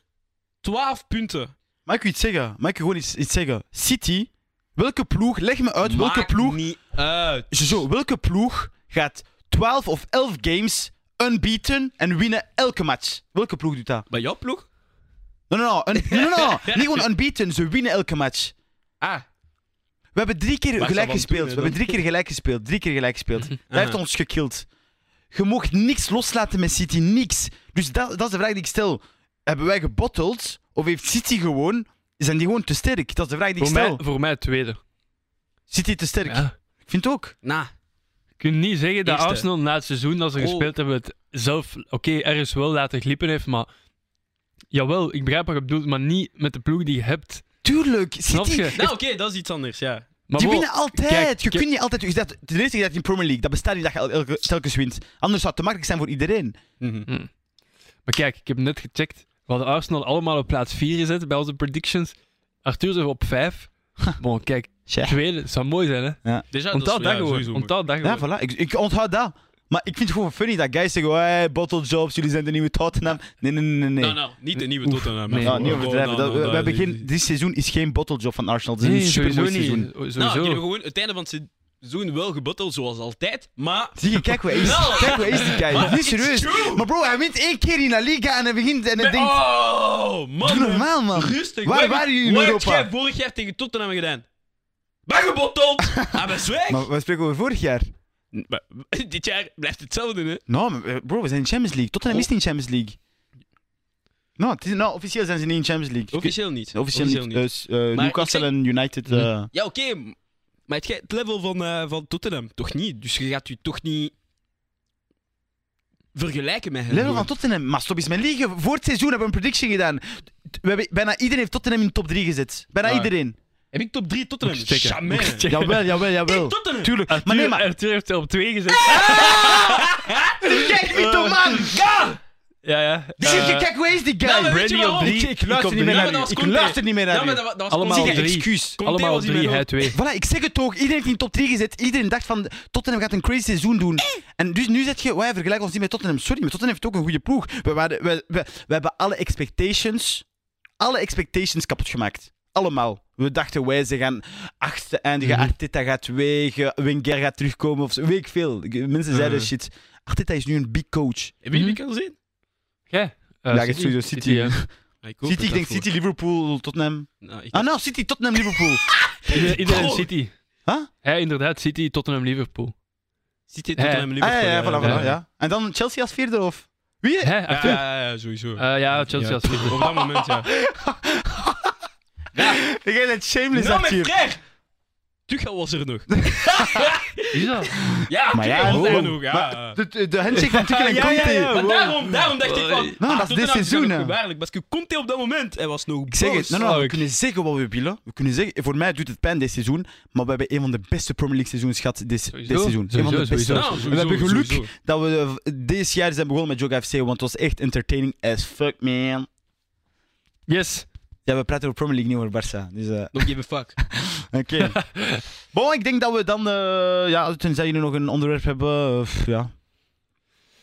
Speaker 3: 12 punten.
Speaker 2: Mag ik u iets zeggen? Mag ik u gewoon iets, iets zeggen? City, welke ploeg, leg me uit, welke
Speaker 3: Maakt
Speaker 2: ploeg
Speaker 3: niet uit.
Speaker 2: Zo, welke ploeg gaat 12 of 11 games unbeaten en winnen elke match? Welke ploeg doet dat?
Speaker 3: Bij jouw ploeg?
Speaker 2: Nee, nee, nee. un- nee, nee, nee. Niet gewoon unbeaten, ze winnen elke match.
Speaker 3: Ah,
Speaker 2: We hebben drie keer
Speaker 3: Waar zal
Speaker 2: gelijk
Speaker 3: van
Speaker 2: gespeeld.
Speaker 3: doen,
Speaker 2: We
Speaker 3: hè,
Speaker 2: hebben
Speaker 3: dan?
Speaker 2: drie keer gelijk gespeeld. Drie keer gelijk gespeeld.
Speaker 1: Mhm.
Speaker 2: Dat
Speaker 3: Aha.
Speaker 2: heeft ons gekild. Je mocht niks loslaten met City, niks. Dus dat, dat is de vraag die ik stel. Hebben wij gebotteld of heeft City gewoon... Zijn die gewoon te sterk? Dat is de vraag die ik
Speaker 1: Voor
Speaker 2: stel.
Speaker 1: mij, voor mij het tweede.
Speaker 2: City te sterk?
Speaker 1: Ja.
Speaker 2: Ik vind het ook.
Speaker 3: nou.
Speaker 1: Je kunt niet zeggen dat
Speaker 3: Eerste.
Speaker 1: Arsenal na het seizoen dat ze
Speaker 3: Oh.
Speaker 1: gespeeld hebben het zelf, oké, ergens wel laten glippen heeft, maar jawel, ik begrijp wat je bedoelt, maar niet met de ploeg die je hebt.
Speaker 2: Tuurlijk,
Speaker 1: Snap
Speaker 2: City...
Speaker 1: je?
Speaker 3: Nou, oké, dat is iets anders, ja.
Speaker 1: Maar
Speaker 2: die
Speaker 1: wow,
Speaker 2: winnen altijd.
Speaker 1: kijk,
Speaker 2: je
Speaker 1: kijk-
Speaker 2: kunt niet altijd. je zegt- Ten eerste je dat in Premier League. Dat bestaat niet dat je el- elke, telkens wint. Anders zou het te makkelijk zijn voor iedereen.
Speaker 1: Mhm.
Speaker 3: Mhm.
Speaker 1: Maar kijk, ik heb net gecheckt. We hadden Arsenal allemaal op plaats 4 gezet bij onze predictions. Arthur zit op 5. Bon, kijk,
Speaker 2: Tja.
Speaker 1: tweede, zou mooi zijn, hè?
Speaker 3: Dus ja,
Speaker 1: Onthoud
Speaker 3: is-
Speaker 1: dat
Speaker 3: ja,
Speaker 1: gewoon.
Speaker 3: sowieso.
Speaker 1: Onthoud dat
Speaker 2: Ja,
Speaker 1: gewoon.
Speaker 2: voilà. Ik, ik onthoud dat. Maar ik vind het gewoon funny dat guys zeggen: hey, bottle jobs, jullie zijn de nieuwe Tottenham. Nee, nee, nee, nee.
Speaker 3: Nou, nou, niet de nieuwe
Speaker 1: Oef,
Speaker 3: Tottenham.
Speaker 1: nee.
Speaker 3: maar-
Speaker 2: Nou, niet
Speaker 3: Oh,
Speaker 2: overdrijven.
Speaker 3: nou,
Speaker 2: Dat- we,
Speaker 3: nou,
Speaker 2: we
Speaker 3: nou,
Speaker 2: hebben
Speaker 3: dat-
Speaker 2: geen, dit seizoen is geen bottle job van Arsenal. Het is
Speaker 1: Nee,
Speaker 2: een super
Speaker 1: sowieso
Speaker 2: mooi
Speaker 1: niet.
Speaker 2: seizoen.
Speaker 1: Sowieso.
Speaker 3: Nou, jullie hebben gewoon het einde van het seizoen wel gebotteld, zoals altijd. Maar...
Speaker 2: Zie je, kijk waar hij is.
Speaker 3: Nou.
Speaker 2: Kijk waar hij is die guy.
Speaker 3: Maar
Speaker 2: Niet
Speaker 3: it's
Speaker 2: serieus.
Speaker 3: true.
Speaker 2: Maar bro, hij wint één keer in La Liga en hij begint en hij denkt:
Speaker 3: Oh, man.
Speaker 2: Doe normaal, man.
Speaker 3: Rustig.
Speaker 2: Waar
Speaker 3: Wat heb-
Speaker 2: waren jullie in
Speaker 3: wat heb
Speaker 2: Europa?
Speaker 3: jij vorig jaar tegen Tottenham gedaan? Ben gebotteld. Hij ben zwijg.
Speaker 2: Maar we spreken over vorig jaar.
Speaker 3: Maar- Dit jaar blijft hetzelfde, hè.
Speaker 2: Nou, maar, eh, bro, we zijn in Champions League. Tottenham is niet in Champions League. Nou, het is, nou, officieel zijn ze niet in Champions League.
Speaker 3: Officieel niet.
Speaker 2: Officieel niet. Eh, s- eh, Newcastle
Speaker 3: ik zeg-
Speaker 2: en United. eh,
Speaker 3: Ja, oké. m- Maar het, ge- het level van, eh, van Tottenham, toch niet? Dus je gaat je toch niet vergelijken met hen.
Speaker 2: Level van
Speaker 3: gewoon.
Speaker 2: Tottenham. Maar stop eens mijn liegen. Voor het seizoen hebben we een prediction gedaan. We hebben, bijna iedereen heeft Tottenham in de top 3 gezet. Bijna
Speaker 3: Ja.
Speaker 2: iedereen.
Speaker 3: Heb ik top 3 Tottenham?
Speaker 1: Moet ik checken. Moet ik
Speaker 3: Jamais.
Speaker 1: checken.
Speaker 2: Jawel, jawel, jawel.
Speaker 3: Ik Tottenham. Ah,
Speaker 2: Tuurlijk.
Speaker 1: Arthur,
Speaker 2: maar nee, maar...
Speaker 1: Arthur heeft er op 2 gezet.
Speaker 2: Kijk niet
Speaker 3: Eh,
Speaker 2: op, man!
Speaker 1: Ja, ja.
Speaker 2: Zie je,
Speaker 1: Eh,
Speaker 2: kijk, hoe is die
Speaker 3: Nou,
Speaker 2: guy?
Speaker 3: maar weet je
Speaker 2: Brady op
Speaker 3: waarom?
Speaker 2: drie.
Speaker 1: Ik-
Speaker 2: Ik
Speaker 1: ik
Speaker 2: luister
Speaker 1: op drie.
Speaker 2: niet meer naar
Speaker 3: Ja, maar
Speaker 2: u.
Speaker 3: dat was
Speaker 2: Ik
Speaker 3: Conte.
Speaker 2: luister niet meer
Speaker 3: Ja,
Speaker 2: naar
Speaker 3: maar
Speaker 2: u.
Speaker 3: dat, wa- dat was
Speaker 1: Allemaal
Speaker 3: constant.
Speaker 2: Zie je,
Speaker 1: drie.
Speaker 2: excuus.
Speaker 1: Allemaal op
Speaker 3: Conte was niet
Speaker 1: 3,
Speaker 3: meer
Speaker 1: hij
Speaker 3: op.
Speaker 1: 2.
Speaker 2: Voilà, ik zeg het toch. Iedereen heeft in de top 3 gezet. Iedereen dacht van Tottenham gaat een crazy seizoen doen. En dus nu zeg je, wij vergelijken ons niet met Tottenham. Sorry, maar Tottenham heeft ook een goede ploeg. We, waren, we, we, we hebben alle expectations, alle expectations kapot gemaakt. Allemaal. We dachten, wij, ze gaan achtste eindigen.
Speaker 1: Mhm.
Speaker 2: Arteta gaat weg. eh, Wenger gaat terugkomen. Of zo. Weet ik veel. Ik- Mensen zeiden
Speaker 3: Mhm.
Speaker 2: shit. Arteta is nu een big coach.
Speaker 3: Heb je die al gezien? Ah,
Speaker 1: Jij? Eh,
Speaker 2: Ja, ik sowieso City.
Speaker 1: hè.
Speaker 2: City, ik denk City, Liverpool, Tottenham.
Speaker 3: Nou, ik
Speaker 2: Ah, nou, City, Tottenham, Liverpool.
Speaker 1: Iedereen- Iedereen
Speaker 3: Oh.
Speaker 1: City.
Speaker 2: Huh?
Speaker 1: Ja, inderdaad, City, Tottenham, Liverpool.
Speaker 3: City,
Speaker 1: Eh,
Speaker 3: Tottenham,
Speaker 2: ah,
Speaker 3: Liverpool.
Speaker 2: ja, ja, voilà,
Speaker 1: ja.
Speaker 2: voilà, ja. En dan Chelsea als vierde, of? Wie?
Speaker 1: Hè,
Speaker 3: Ja,
Speaker 1: Arthur?
Speaker 3: ja, ja, sowieso.
Speaker 1: Eh, ja, Chelsea als vierde.
Speaker 3: Op dat moment, ja.
Speaker 2: Jij bent shameless,
Speaker 3: Nou,
Speaker 2: Arthur.
Speaker 3: mijn frère! Tuchel was er nog.
Speaker 1: Is dat?
Speaker 3: Ja,
Speaker 2: Maar ja,
Speaker 3: Tuchel was
Speaker 2: wow.
Speaker 3: er nog, ja.
Speaker 2: Maar de, de, de handshake van Tuchel en
Speaker 3: Ja,
Speaker 2: Conte. Nou,
Speaker 3: ja, ja, maar daarom, daarom dacht ik van... ah,
Speaker 2: dat is dit seizoen, hè.
Speaker 3: Waarlijk, want Conte op dat moment, hij was nog
Speaker 2: Ik zeg het,
Speaker 3: boos.
Speaker 2: nou, nou, we kunnen zeggen wat we willen. We kunnen zeggen, voor mij doet het pijn dit seizoen, maar we hebben een van de beste Premier League seizoens gehad dit, dit
Speaker 1: Sowieso,
Speaker 2: seizoen. Een van de
Speaker 1: sowieso,
Speaker 2: beste.
Speaker 1: sowieso.
Speaker 3: Nou,
Speaker 2: we hebben
Speaker 3: sowieso,
Speaker 2: geluk
Speaker 3: sowieso.
Speaker 2: dat we eh, dit jaar zijn begonnen met Joga FC, want het was echt entertaining as fuck, man.
Speaker 1: Yes.
Speaker 2: Ja, we praten over Premier League, niet over Barça. Dus, eh,
Speaker 3: Don't give a fuck.
Speaker 2: oké. bon, ik denk dat we dan, eh, ja, tenzij jullie nog een onderwerp hebben, eh, pff, ja.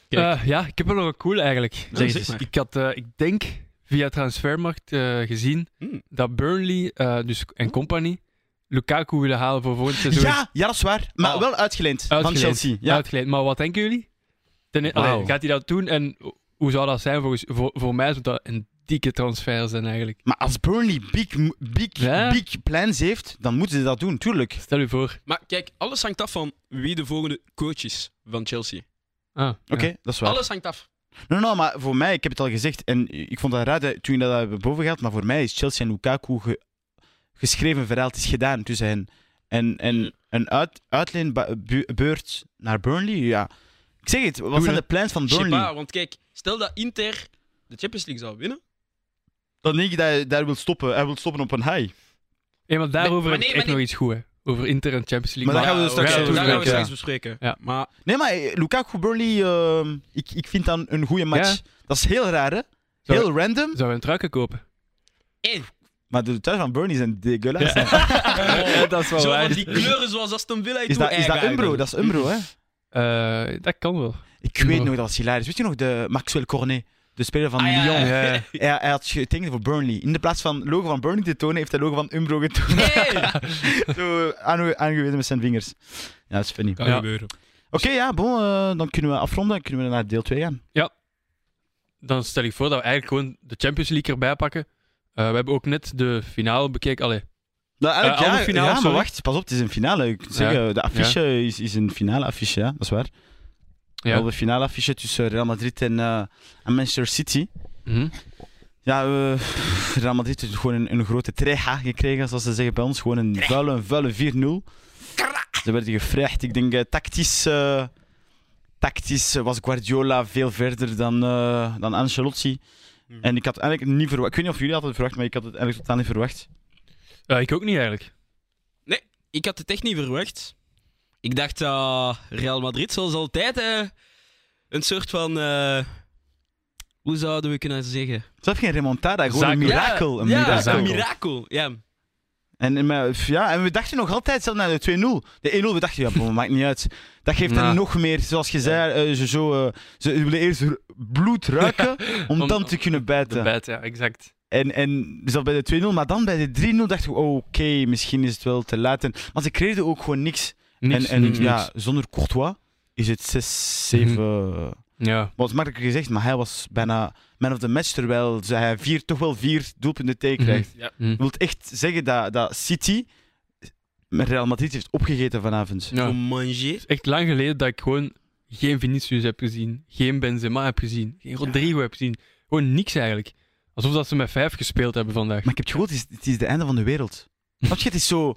Speaker 3: Kijk.
Speaker 1: Eh, ja, ik heb wel nog een cool eigenlijk.
Speaker 3: Zeg
Speaker 1: Dus
Speaker 3: eens.
Speaker 1: Ik had, eh, ik denk, via transfermarkt eh, gezien
Speaker 3: Hmm.
Speaker 1: dat Burnley eh, dus, en compagnie Lukaku willen halen voor volgend seizoen.
Speaker 2: Ja, ja, dat is waar. Maar
Speaker 3: Oh.
Speaker 2: wel uitgeleend,
Speaker 1: Uitgeleend.
Speaker 2: van Chelsea. Ja.
Speaker 1: Uitgeleid. Maar wat denken jullie? Ten, e-
Speaker 2: Wauw.
Speaker 1: allee, gaat hij dat doen en hoe zou dat zijn volgens, voor, voor mij? Zou dat een dikke transfer zijn eigenlijk?
Speaker 2: Maar als Burnley big, big,
Speaker 1: Ja.
Speaker 2: big plans heeft, dan moeten ze dat doen, tuurlijk.
Speaker 1: Stel u voor.
Speaker 3: Maar kijk, alles hangt af van wie de volgende coach is van Chelsea.
Speaker 1: Ah, ja.
Speaker 2: Oké, dat is waar.
Speaker 3: Alles hangt af.
Speaker 2: Nee, nee, maar voor mij, ik heb het al gezegd, en ik vond dat raar dat- toen je dat hebben boven gaat, maar voor mij is Chelsea en Lukaku ge- geschreven verhaal, het is gedaan tussen hen. En, en een uit, uitleenbeurt naar Burnley, ja. Ik zeg het, wat zijn
Speaker 1: hè.
Speaker 2: de plans van
Speaker 3: Chipa,
Speaker 2: Burnley?
Speaker 3: ah, want kijk, stel dat Inter de Champions League zou winnen.
Speaker 2: Dan denk ik dat hij daar wil stoppen. Hij wil stoppen op een high.
Speaker 1: Hey, maar daarover
Speaker 3: Nee, maar
Speaker 1: heb
Speaker 3: nee,
Speaker 1: ik
Speaker 3: maar
Speaker 1: echt nog iets goed, hè. Over Inter en Champions League.
Speaker 2: Maar dat
Speaker 1: Maar,
Speaker 2: gaan we straks
Speaker 3: ja,
Speaker 1: over
Speaker 3: daar gaan we
Speaker 1: spreken,
Speaker 3: straks
Speaker 1: ja.
Speaker 3: bespreken.
Speaker 1: Ja.
Speaker 3: Maar
Speaker 2: Nee, maar eh, Lukaku Burnley, ehm, ik, ik vind dat een goede match.
Speaker 1: Ja.
Speaker 2: Dat is heel raar, hè?
Speaker 1: Zou-
Speaker 2: Heel random.
Speaker 1: Zou we een truiken kopen?
Speaker 3: hé,
Speaker 2: Maar de thuis van Burnley zijn degulas.
Speaker 1: Ja, dat is wel
Speaker 3: zo
Speaker 1: waar.
Speaker 3: van die kleuren zoals Aston Villa en
Speaker 2: Is dat,
Speaker 3: toe,
Speaker 2: is dat
Speaker 3: eigenlijk.
Speaker 2: Umbro? Dat is Umbro, hè?
Speaker 1: Eh, dat kan wel.
Speaker 2: Ik
Speaker 1: Umbro.
Speaker 2: weet nog, dat was hilarisch. Weet je nog, de Maxwell Cornet, de speler van
Speaker 3: Ah, ja,
Speaker 2: Lyon. Eh,
Speaker 3: ja.
Speaker 1: Ja.
Speaker 2: Hij, hij had getekend voor Burnley. In de plaats van logo van Burnley te tonen, heeft hij logo van Umbro getoond.
Speaker 3: Hey!
Speaker 2: Zo aange- aangewezen met zijn vingers. Ja, dat is funny. Oké,
Speaker 1: Ja.
Speaker 3: gebeuren.
Speaker 2: ja, bon, eh, dan kunnen we afronden. Dan kunnen we naar deel 2 gaan.
Speaker 1: Dan stel ik voor dat we eigenlijk gewoon de Champions League erbij pakken. Eh, we hebben ook net de finale bekeken. Allee,
Speaker 2: Nou, eigenlijk,
Speaker 1: Eh,
Speaker 2: ja,
Speaker 1: alle finales,
Speaker 2: ja, maar
Speaker 1: sorry.
Speaker 2: wacht, pas op, het is een finale. Ik moet
Speaker 1: Ja.
Speaker 2: zeggen, de affiche is, is een finale affiche, ja, dat is waar.
Speaker 1: Ja.
Speaker 2: Wel, De finale affiche tussen Real Madrid en, eh, en Manchester City.
Speaker 1: mhm.
Speaker 2: Ja, eh, Real Madrid heeft gewoon een, een grote treja gekregen, zoals ze zeggen bij ons. Gewoon een vuile, een vuile 4-0. Ze werden gevraagd. Ik denk eh, tactisch, eh, tactisch eh, was Guardiola veel verder dan, eh, dan Ancelotti.
Speaker 3: Hmm.
Speaker 2: En ik had eigenlijk niet verwacht. Ik weet niet of jullie hadden het verwacht, maar ik had het eigenlijk totaal niet verwacht.
Speaker 1: Eh, ik ook niet eigenlijk.
Speaker 3: Ik had het echt niet verwacht. Ik dacht dat Real Madrid zoals altijd eh, een soort van... eh, hoe zouden we kunnen zeggen?
Speaker 2: Zelf geen remontada, gewoon
Speaker 1: Zaken.
Speaker 2: een mirakel.
Speaker 3: Ja,
Speaker 2: een
Speaker 3: ja,
Speaker 2: mirakel.
Speaker 1: zaken.
Speaker 3: een mirakel. Ja.
Speaker 2: En, en, maar, pff, ja, en we dachten nog altijd, zelfs na de 2-0. De 1-0, we dachten, ja, bon, maakt niet uit. Dat geeft
Speaker 1: Nou.
Speaker 2: hen nog meer, zoals je zei, eh, ze, zo, eh, ze willen eerst r- bloed ruiken om,
Speaker 1: Om-
Speaker 2: dan te kunnen
Speaker 1: De
Speaker 2: bijten.
Speaker 1: bijt, ja, exact.
Speaker 2: En, en dus dat bij de 2-0, maar dan bij de 3-0 dachten we, oh, oké, misschien is het wel te laat. En, maar ze kregen ook gewoon niks.
Speaker 1: Niks,
Speaker 2: en en
Speaker 1: niks,
Speaker 2: ja,
Speaker 1: niks. Mhm.
Speaker 2: zonder Courtois is het 6, 7...
Speaker 1: Ja.
Speaker 2: Wat makkelijker gezegd, maar hij was bijna man of the match, terwijl ze- hij vier, toch wel vier doelpunten tegen
Speaker 1: Mhm.
Speaker 2: krijgt.
Speaker 1: Mhm.
Speaker 2: Dat wil echt zeggen dat, dat City met Real Madrid heeft opgegeten vanavond.
Speaker 1: Ja.
Speaker 3: Voor manger.
Speaker 1: Het is echt lang geleden dat ik gewoon geen Vinicius heb gezien, geen Benzema heb gezien, geen Rodrigo heb gezien. Gewoon niks eigenlijk. Alsof dat ze met vijf gespeeld hebben vandaag.
Speaker 2: Maar ik heb het gevoeld, het is, het is de einde van de wereld. Snap je, het is zo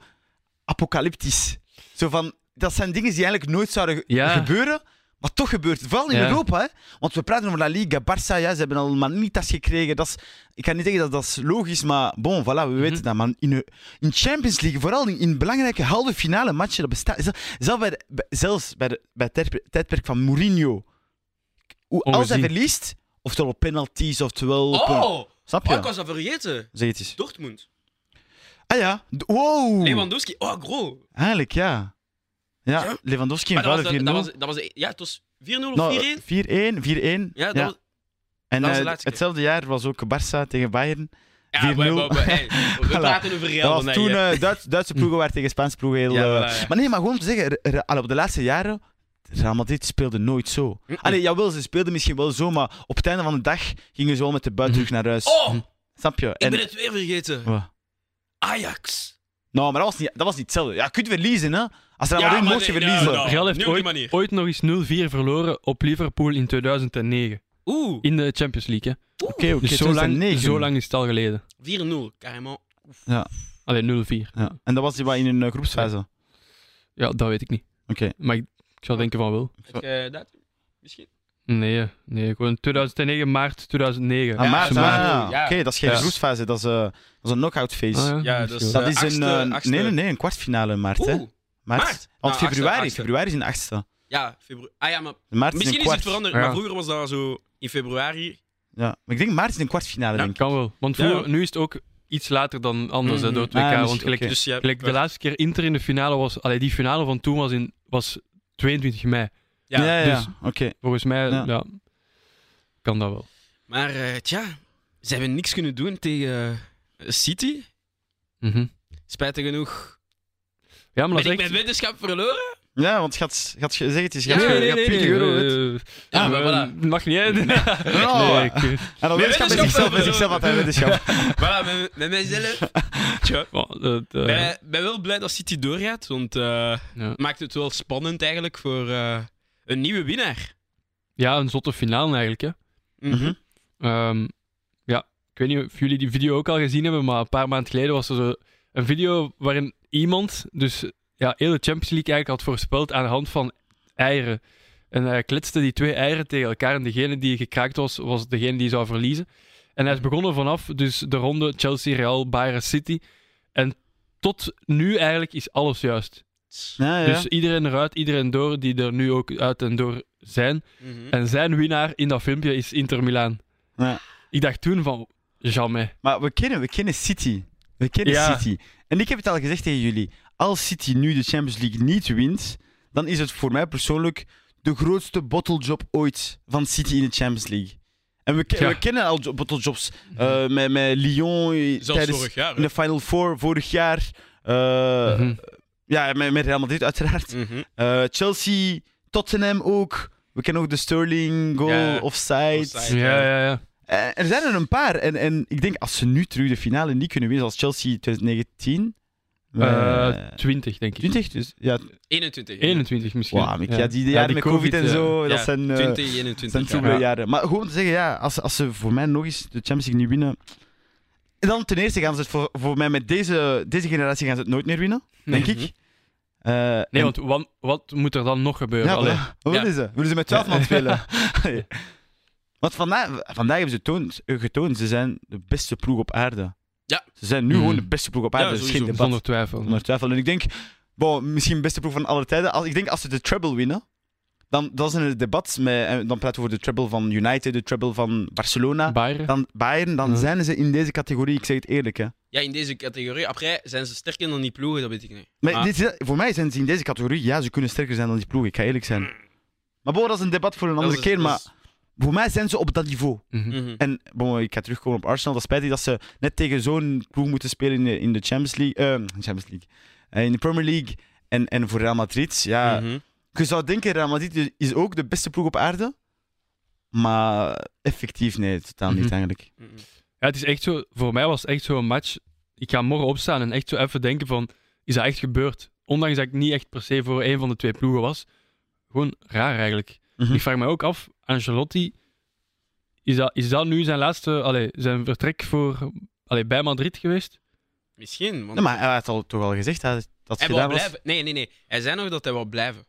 Speaker 2: apocalyptisch. Zo van, dat zijn dingen die eigenlijk nooit zouden ge-
Speaker 1: Ja.
Speaker 2: gebeuren, maar toch gebeurt het. Vooral in
Speaker 1: Ja.
Speaker 2: Europa, hè. Want we praten over La Liga, Barça, ja, ze hebben al Manitas gekregen. Dat is, ik kan niet zeggen dat dat is logisch, maar bon, voilà, we
Speaker 1: Mhm.
Speaker 2: weten dat. Maar in, in Champions League, vooral in, in belangrijke halve finale matchen, dat bestaat... zel- Zelfs bij, de- bij- zelfs bij, de, bij het tijdperk- tijdperk van Mourinho. Hoe, als hij
Speaker 1: Ongezien.
Speaker 2: verliest, oftewel op penalties, oftewel... op-
Speaker 3: Oh,
Speaker 2: Snap
Speaker 3: oh, ik
Speaker 2: je?
Speaker 3: was dat vergeten.
Speaker 2: Zeg het eens.
Speaker 3: Dortmund.
Speaker 2: Ah ja, D- wow!
Speaker 3: Lewandowski. Oh, gro.
Speaker 2: Eigenlijk, ja. Ja,
Speaker 3: Ja.
Speaker 2: Lewandowski in
Speaker 3: Maar dat was,
Speaker 2: vuile 4-0.
Speaker 3: dat, dat was, dat was- ja, het was 4-0 of 4-1.
Speaker 2: 4-1? 4-1, 4-1.
Speaker 3: Ja, dat
Speaker 2: Nou, ja.
Speaker 3: was...
Speaker 2: En
Speaker 3: dat was
Speaker 2: eh,
Speaker 3: de laatste keer.
Speaker 2: hetzelfde jaar was ook Barça tegen Bayern.
Speaker 3: Ja,
Speaker 2: 4-0.
Speaker 3: maar- maar- maar, hey, we
Speaker 2: Voilà.
Speaker 3: praten over Real.
Speaker 2: dat was
Speaker 3: vandaag,
Speaker 2: toen
Speaker 3: hè.
Speaker 2: eh, Duits- Duitse ploegen waren tegen Spaanse ploegen heel...
Speaker 3: Ja,
Speaker 2: eh,
Speaker 3: voilà, ja.
Speaker 2: Maar nee, maar gewoon om te zeggen, Re- Re- al op de laatste jaren, Real Madrid speelde nooit zo.
Speaker 3: Mm-mm.
Speaker 2: Allee, jawel, ze speelden misschien wel zo, maar op het einde van de dag gingen ze wel met de buit terug naar huis.
Speaker 3: Oh,
Speaker 2: Snap je?
Speaker 3: ik ben het weer vergeten.
Speaker 2: eh, Wat?
Speaker 3: Ajax.
Speaker 2: Nou, maar dat was, niet, dat was niet hetzelfde. Ja, je kunt verliezen, hè. Als Real Madrid mocht je
Speaker 3: nee,
Speaker 2: verliezen.
Speaker 3: ja, ja.
Speaker 1: Real heeft
Speaker 3: Nee, op die manier.
Speaker 1: Ooit nog eens 0-4 verloren op Liverpool in 2009.
Speaker 3: Oeh,
Speaker 1: In de Champions League, hè.
Speaker 2: Oké, oké,
Speaker 1: Dus zo lang,
Speaker 2: 2009.
Speaker 1: zo lang is het al geleden.
Speaker 3: 4-0, carrément.
Speaker 1: Allee, 0-4.
Speaker 2: Ja. En dat was die wat in een eh, groepsfase. Oké.
Speaker 1: Ja, dat weet ik niet. Maar ik, ik zou denken van wel.
Speaker 3: Heb jij dat? Misschien.
Speaker 1: Nee, nee. Gewoon 2009, maart 2009.
Speaker 2: Ah,
Speaker 3: Ja,
Speaker 2: maart,
Speaker 1: Ze
Speaker 2: ah,
Speaker 1: maken-
Speaker 2: ja.
Speaker 3: ja.
Speaker 2: Oké, dat is geen
Speaker 1: Ja.
Speaker 2: groepsfase, dat is, eh, dat is een knock-out phase.
Speaker 1: Ah,
Speaker 3: Ja, dat is-
Speaker 2: Dat
Speaker 3: Eh,
Speaker 2: is een...
Speaker 3: achtste,
Speaker 2: eh,
Speaker 3: achtste.
Speaker 2: Nee, nee, nee, een kwartfinale in maart, hè.
Speaker 3: Oeh,
Speaker 2: Maart.
Speaker 3: maart.
Speaker 2: Want
Speaker 3: Nou,
Speaker 2: februari,
Speaker 3: achtste, achtste.
Speaker 2: februari is een achtste.
Speaker 3: ja, februari. Ah ja, maar
Speaker 2: Maart is
Speaker 3: misschien
Speaker 2: een
Speaker 3: is het
Speaker 2: kwart.
Speaker 3: veranderd.
Speaker 1: Ja.
Speaker 3: Maar vroeger was dat zo in februari.
Speaker 2: Ja, maar ik denk maart is een kwartfinale,
Speaker 3: Ja.
Speaker 2: denk ik.
Speaker 1: Kan wel. Want
Speaker 3: Ja.
Speaker 1: vroeger, nu is het ook iets later dan anders hè, door het WK.
Speaker 2: Mhm. Ah,
Speaker 1: want
Speaker 2: misschien-
Speaker 1: gelijk,
Speaker 2: oké.
Speaker 3: Dus ja,
Speaker 1: gelijk de laatste keer Inter in de finale was... Allee, die finale van toen was, in, was 22 mei.
Speaker 3: ja.
Speaker 2: ja, ja.
Speaker 1: dus-
Speaker 2: oké.
Speaker 1: Volgens mij
Speaker 2: Ja.
Speaker 1: ja. kan dat wel.
Speaker 3: Maar eh, tja, ze hebben niks kunnen doen tegen eh, City. Spijtig genoeg.
Speaker 1: Ja, Mhm. maar
Speaker 3: Ben
Speaker 1: dat is
Speaker 3: ik
Speaker 1: echt...
Speaker 3: mijn wetenschap verloren?
Speaker 2: Ja, want gaat gaat je zegt het is,
Speaker 1: Ja,
Speaker 2: gaat je
Speaker 1: nee,
Speaker 2: gaat
Speaker 1: nee,
Speaker 2: 20
Speaker 1: nee,
Speaker 2: euro
Speaker 1: eh,
Speaker 2: uit.
Speaker 3: Ja,
Speaker 1: eh,
Speaker 3: maar voilà.
Speaker 1: Mag niet uit.
Speaker 2: Oh.
Speaker 1: Nee, ik- eh,
Speaker 2: En dan wetenschap met zichzelf, met
Speaker 3: wetenschap hebben
Speaker 2: zichzelf had
Speaker 3: we.
Speaker 2: hij wetenschap.
Speaker 3: voilà, met, met mijzelf. Tja.
Speaker 1: oh, dat, eh,
Speaker 3: Ik ben, ben wel blij dat City doorgaat, want eh,
Speaker 1: ja.
Speaker 3: maakt het wel spannend eigenlijk voor eh, een nieuwe winnaar.
Speaker 1: Ja, een zotte finale eigenlijk. Hè.
Speaker 2: Mhm.
Speaker 1: Ehm, ja, ik weet niet of jullie die video ook al gezien hebben, maar een paar maanden geleden was er zo een video waarin iemand dus ja, heel de Champions League eigenlijk had voorspeld aan de hand van eieren. En hij klitste die twee eieren tegen elkaar en degene die gekraakt was, was degene die zou verliezen. En hij is begonnen vanaf dus de ronde Chelsea, Real, Bayern City. En tot nu eigenlijk is alles juist.
Speaker 2: Ja, ja.
Speaker 1: Dus iedereen eruit, iedereen door, die er nu ook uit en door zijn.
Speaker 3: Mhm.
Speaker 1: En zijn winnaar in dat filmpje is Inter Milaan.
Speaker 2: Hm. Ja.
Speaker 1: Ik dacht toen van, jamais.
Speaker 2: Maar we kennen, we kennen City. We kennen
Speaker 1: Ja.
Speaker 2: City. En ik heb het al gezegd tegen jullie. Als City nu de Champions League niet wint, dan is het voor mij persoonlijk de grootste bottlejob ooit van City in de Champions League. En we, ken-
Speaker 1: Ja.
Speaker 2: we kennen al jo- bottlejobs eh, met, met Lyon eh,
Speaker 3: Zelfs
Speaker 2: tijdens
Speaker 3: vorig jaar.
Speaker 2: in
Speaker 3: hè.
Speaker 2: de Final Four vorig jaar. Eh,
Speaker 1: Mhm.
Speaker 2: Ja, met, met Real Madrid uiteraard.
Speaker 3: Mhm.
Speaker 2: Eh, Chelsea, Tottenham ook. We kennen ook de Sterling goal,
Speaker 3: Ja,
Speaker 2: offside.
Speaker 3: offside.
Speaker 1: Ja, ja, ja.
Speaker 2: Eh, er zijn er een paar. En, en ik denk als ze nu terug de finale niet kunnen winnen, als Chelsea 2019.
Speaker 1: Eh,
Speaker 2: eh,
Speaker 1: 20, denk ik.
Speaker 2: 20? Dus, ja,
Speaker 3: 21.
Speaker 1: 21 misschien.
Speaker 2: wow, ja. die jaren met COVID, en
Speaker 1: eh,
Speaker 2: zo, dat
Speaker 3: ja,
Speaker 2: zijn, eh,
Speaker 3: 20,
Speaker 2: dat
Speaker 3: 21.
Speaker 2: zijn troebele
Speaker 1: ja.
Speaker 2: jaren. Maar gewoon te zeggen, ja, als, als ze voor mij nog eens de Champions League niet winnen. En dan ten eerste gaan ze het voor, voor mij met deze, deze generatie gaan ze het nooit meer winnen, denk
Speaker 3: Mhm.
Speaker 2: ik. Eh,
Speaker 1: Nee,
Speaker 2: en-
Speaker 1: want wan- wat moet er dan nog gebeuren?
Speaker 2: Ja,
Speaker 1: Allee,
Speaker 2: voilà. Wat
Speaker 3: Ja.
Speaker 2: willen ze? Willen ze met 12 man spelen? Nee. Want vandaag, vandaag hebben ze toont, eh, getoond, ze zijn de beste ploeg op aarde.
Speaker 3: Ja.
Speaker 2: Ze zijn nu
Speaker 1: Mhm.
Speaker 2: gewoon de beste ploeg op aarde.
Speaker 3: Ja,
Speaker 2: dat is geen
Speaker 3: sowieso.
Speaker 2: debat.
Speaker 1: zonder twijfel.
Speaker 2: Zonder twijfel. En ik denk, bon, misschien de beste ploeg van alle tijden. Als, ik denk als ze de treble winnen, dan, dan is er een debat. Met, en dan praten we over de treble van United, de treble van Barcelona,
Speaker 1: Bayern.
Speaker 2: dan Bayern. Dan
Speaker 1: Ja. zijn
Speaker 2: zijn ze in deze categorie, ik zeg het eerlijk. Hè.
Speaker 3: Ja, in deze categorie. Après, zijn ze sterker dan die ploegen, dat weet ik niet.
Speaker 2: Maar
Speaker 3: Ah.
Speaker 2: dit is- voor mij zijn ze in deze categorie, ja, ze kunnen sterker zijn dan die ploeg, ik ga eerlijk zijn. Maar bon, dat is een debat voor een
Speaker 3: Mm. Dat
Speaker 2: andere
Speaker 3: is-
Speaker 2: keer.
Speaker 3: dat
Speaker 2: Maar
Speaker 3: is-
Speaker 2: voor mij zijn ze op dat niveau.
Speaker 1: Mhm.
Speaker 3: Mhm.
Speaker 2: En bon, ik ga terugkomen op Arsenal. Dat is spijtig dat ze net tegen zo'n ploeg moeten spelen in de, in de Champions League. eh, Champions League. Eh, in de Premier League. En, en voor Real Madrid. Ja,
Speaker 3: Mhm.
Speaker 2: Je zou denken, Real Madrid is ook de beste ploeg op aarde. Maar effectief, nee, totaal niet
Speaker 1: Mhm.
Speaker 2: eigenlijk.
Speaker 3: Mhm.
Speaker 1: Ja, het is echt zo, voor mij was het echt zo'n match. Ik ga morgen opstaan en echt zo even denken van, is dat echt gebeurd? Ondanks dat ik niet echt per se voor een van de twee ploegen was. Gewoon raar eigenlijk.
Speaker 2: Mhm.
Speaker 1: Ik vraag me ook af, Ancelotti, is dat, is dat nu zijn laatste, allee, zijn vertrek voor, allee, bij Madrid geweest?
Speaker 3: Misschien, want
Speaker 2: Nee, maar hij had al, toch al gezegd dat dat het
Speaker 3: hij wou
Speaker 2: gedaan was. Oké.
Speaker 3: blijven. Nee, nee, nee. Hij zei nog dat hij wou blijven.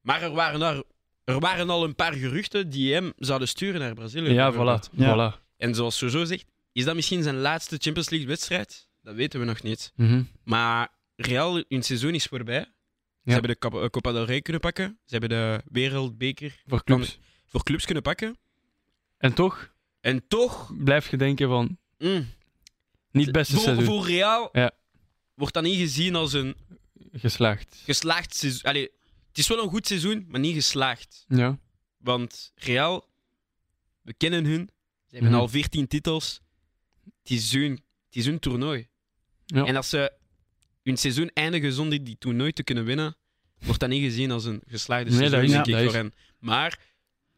Speaker 3: Maar er waren, daar, er waren al een paar geruchten die hem zouden sturen naar Brazilië.
Speaker 1: Ja,
Speaker 3: bijvoorbeeld.
Speaker 1: voilà.
Speaker 2: Ja.
Speaker 1: voilà.
Speaker 3: En zoals Jojo zegt, is dat misschien zijn laatste Champions League-wedstrijd? Dat weten we nog niet.
Speaker 1: Mhm.
Speaker 3: Maar Real, hun seizoen is voorbij. Ze
Speaker 1: Ja.
Speaker 3: hebben de Cap- eh, Copa del Rey kunnen pakken. Ze hebben de Wereldbeker
Speaker 1: Voor clubs.
Speaker 3: voor clubs kunnen pakken.
Speaker 1: En toch
Speaker 3: En toch...
Speaker 1: blijf je denken van,
Speaker 3: mm,
Speaker 1: niet het beste
Speaker 3: voor,
Speaker 1: seizoen
Speaker 3: voor Real
Speaker 1: Ja.
Speaker 3: wordt dat niet gezien als een
Speaker 1: geslaagd.
Speaker 3: geslaagd seizoen. Allee, het is wel een goed seizoen, maar niet geslaagd.
Speaker 1: Ja.
Speaker 3: Want Real, we kennen hun. Ze hebben
Speaker 1: Mhm.
Speaker 3: al 14 titels. Het is hun, het is hun toernooi.
Speaker 1: Ja.
Speaker 3: En als ze hun seizoen eindigen zonder die toernooi te kunnen winnen, wordt dat niet gezien als een geslaagde
Speaker 1: Nee,
Speaker 3: seizoen,
Speaker 1: dat is-
Speaker 3: denk
Speaker 1: ja,
Speaker 3: ik,
Speaker 1: dat
Speaker 3: voor hen. Maar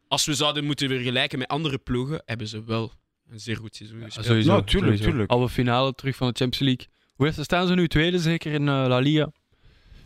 Speaker 3: als we zouden moeten vergelijken met andere ploegen, hebben ze wel een zeer goed seizoen gespeeld.
Speaker 1: sowieso.
Speaker 2: Nou, tuurlijk,
Speaker 1: sowieso.
Speaker 2: tuurlijk.
Speaker 1: Alle finale terug van de Champions League. Hoe is, staan ze nu tweede, zeker in eh, La Liga?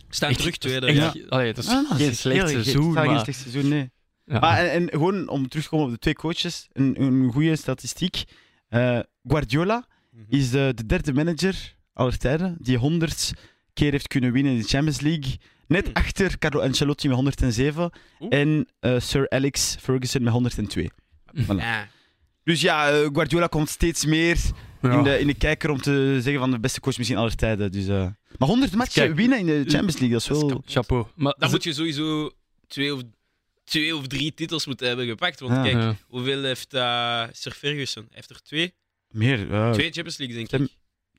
Speaker 3: Staan
Speaker 1: Echt-
Speaker 3: terug tweede.
Speaker 1: Echt,
Speaker 3: ja.
Speaker 1: allee, dat is
Speaker 2: Ah, dat
Speaker 1: geen
Speaker 2: is
Speaker 1: slecht
Speaker 2: heel- geen-
Speaker 1: seizoen,
Speaker 2: totaal Geen
Speaker 1: maar-
Speaker 2: slecht seizoen, nee.
Speaker 1: Ja.
Speaker 2: Maar en, en gewoon om terug te komen op de twee coaches, een, een goede statistiek. Eh, Guardiola
Speaker 3: Mhm.
Speaker 2: is de, de derde manager aller tijden die 100 keer heeft kunnen winnen in de Champions League. Net
Speaker 3: Hmm.
Speaker 2: achter Carlo Ancelotti met 107
Speaker 3: Oeh.
Speaker 2: en eh, Sir Alex Ferguson met 102. Voilà.
Speaker 3: Ja.
Speaker 2: Dus ja, eh, Guardiola komt steeds meer
Speaker 1: Ja.
Speaker 2: in, de, in de kijker om te zeggen van de beste coach misschien aller tijden. Dus, eh, maar 100 matchen
Speaker 1: Kijk,
Speaker 2: winnen in de Champions League, dat is
Speaker 3: dat is
Speaker 2: wel...
Speaker 3: kap-
Speaker 1: Chapeau. Maar
Speaker 3: Dan
Speaker 1: ze-
Speaker 3: moet je sowieso twee of, twee of drie titels moeten hebben gepakt. Want
Speaker 2: Ja.
Speaker 3: kijk,
Speaker 1: ja.
Speaker 3: hoeveel heeft eh Sir Ferguson? Hij heeft er twee.
Speaker 2: Meer, eh,
Speaker 3: Twee Champions League, denk ik.
Speaker 2: Tem-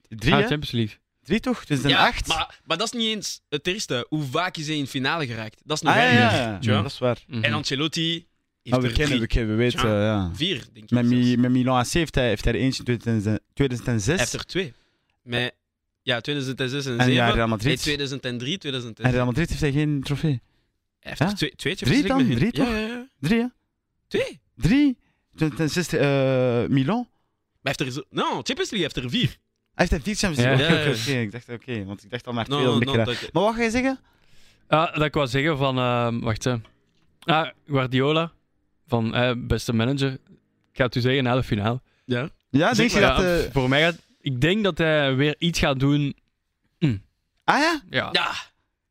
Speaker 2: drie,
Speaker 1: Ah,
Speaker 2: hè?
Speaker 1: Champions League.
Speaker 2: Drie toch? Dus zijn
Speaker 3: ja,
Speaker 2: acht.
Speaker 3: Maar, maar dat is niet eens het eerste. Hoe vaak is hij in finale geraakt? Dat is nog
Speaker 2: Ah, ja,
Speaker 3: erger.
Speaker 2: ja, ja.
Speaker 3: Tja.
Speaker 2: Ja, dat is waar.
Speaker 1: Mhm.
Speaker 3: En Ancelotti heeft
Speaker 2: Maar we
Speaker 3: er
Speaker 2: kennen, we
Speaker 3: drie.
Speaker 2: kennen, we weten,
Speaker 3: Tja.
Speaker 2: ja.
Speaker 3: vier, denk ik.
Speaker 2: Met, Mi-
Speaker 3: zelfs.
Speaker 2: met Milan AC heeft hij, heeft hij er eentje in 2000-
Speaker 3: Hij
Speaker 2: 2006.
Speaker 3: heeft er twee. Met, ja, 2006 en
Speaker 2: En
Speaker 3: 2007.
Speaker 2: ja, Real
Speaker 3: Nee,
Speaker 2: Madrid.
Speaker 3: 2003, 2010.
Speaker 2: En Real Madrid heeft hij geen trofee.
Speaker 3: Hij heeft
Speaker 2: Ja?
Speaker 3: er twee, twee
Speaker 2: Drie
Speaker 3: Champions
Speaker 2: dan?
Speaker 3: League met hun.
Speaker 2: Drie
Speaker 3: Ja, ja, ja.
Speaker 2: Drie, hè?
Speaker 3: Twee.
Speaker 2: Drie. 2006 eh, Milan.
Speaker 3: Maar hij heeft er... zo- No, Champions League heeft er vier.
Speaker 2: Hij heeft er vier Champions
Speaker 1: Ja.
Speaker 2: League. Oké,
Speaker 3: Ja, ja,
Speaker 2: oké,
Speaker 3: ja.
Speaker 2: oké. Ik dacht, oké, want ik dacht al maar twee.
Speaker 3: No,
Speaker 2: dan
Speaker 3: no,
Speaker 2: ben ik
Speaker 3: no,
Speaker 2: raar.
Speaker 3: dat-
Speaker 2: Maar wat ga je zeggen?
Speaker 1: Ah, dat ik wou zeggen van... ehm, wacht, hè. Ah, Guardiola. van eh, beste manager. Ik ga het u zeggen na de finale.
Speaker 3: Ja.
Speaker 2: Ja,
Speaker 1: Zeg
Speaker 2: denk je
Speaker 1: maar,
Speaker 2: dat...
Speaker 1: ja,
Speaker 2: eh,
Speaker 1: pff, Voor mij gaat... Ik denk dat hij weer iets gaat doen.
Speaker 2: Ah ja?
Speaker 1: Ja.
Speaker 3: Ja.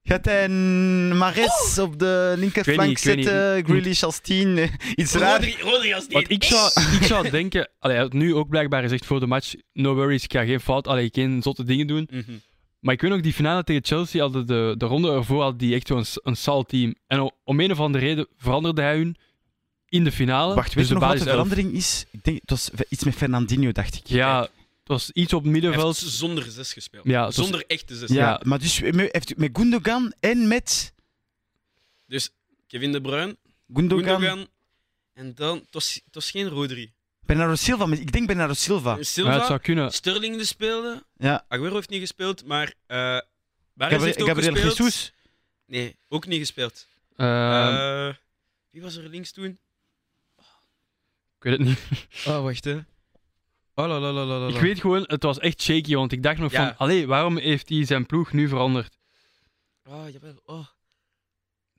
Speaker 2: Gaat hij een Mares op de
Speaker 1: Ik weet
Speaker 2: linkerflank
Speaker 1: niet, ik weet
Speaker 2: zetten? Grealish als tien? eh, Iets raar.
Speaker 3: Rodri, Rodri als die
Speaker 1: Want ik zou, ik zou denken... Allee, hij had nu ook blijkbaar gezegd voor de match... No worries, ik ga geen fout... Allee, geen zotte dingen doen. Maar ik weet nog, die finale tegen Chelsea hadden de, de ronde ervoor had die echt zo'n s- een salt team. En o- om een of andere reden veranderde hij hun in de finale.
Speaker 2: Wacht, weet
Speaker 1: dus
Speaker 2: je nog wat
Speaker 1: basis
Speaker 2: de
Speaker 1: elf.
Speaker 2: verandering is? Ik denk, het was iets met Fernandinho, dacht ik.
Speaker 1: Ja, het was iets op het
Speaker 3: Hij heeft
Speaker 1: middenveld.
Speaker 3: zonder zes gespeeld.
Speaker 1: Ja, het was-
Speaker 3: zonder echte zes.
Speaker 2: Ja,
Speaker 1: Ja.
Speaker 2: maar dus met, heeft- met Gundogan en met
Speaker 3: Dus Kevin De Bruyne,
Speaker 2: Gundogan,
Speaker 3: Gundogan. En dan, het was, het was geen Rodri.
Speaker 2: Bernardo Silva. maar Ik denk Bernardo Silva.
Speaker 3: En
Speaker 1: Ja, het
Speaker 3: Silva,
Speaker 1: zou kunnen.
Speaker 3: Sterling die speelde.
Speaker 2: Ja.
Speaker 3: Aguero heeft niet gespeeld, maar eh Barres heeft
Speaker 2: Gabriel,
Speaker 3: ook
Speaker 2: Gabriel
Speaker 3: gespeeld.
Speaker 2: Jesus.
Speaker 3: Nee, ook niet gespeeld.
Speaker 1: Ehm,
Speaker 3: Eh, wie was er links toen?
Speaker 1: ik weet het niet.
Speaker 3: Oh, wacht hè. Oh, la, la, la, la, la.
Speaker 1: Ik weet gewoon, het was echt shaky. Want ik dacht nog
Speaker 3: Ja.
Speaker 1: van, allee, waarom heeft hij zijn ploeg nu veranderd?
Speaker 3: Oh, jawel. Oh.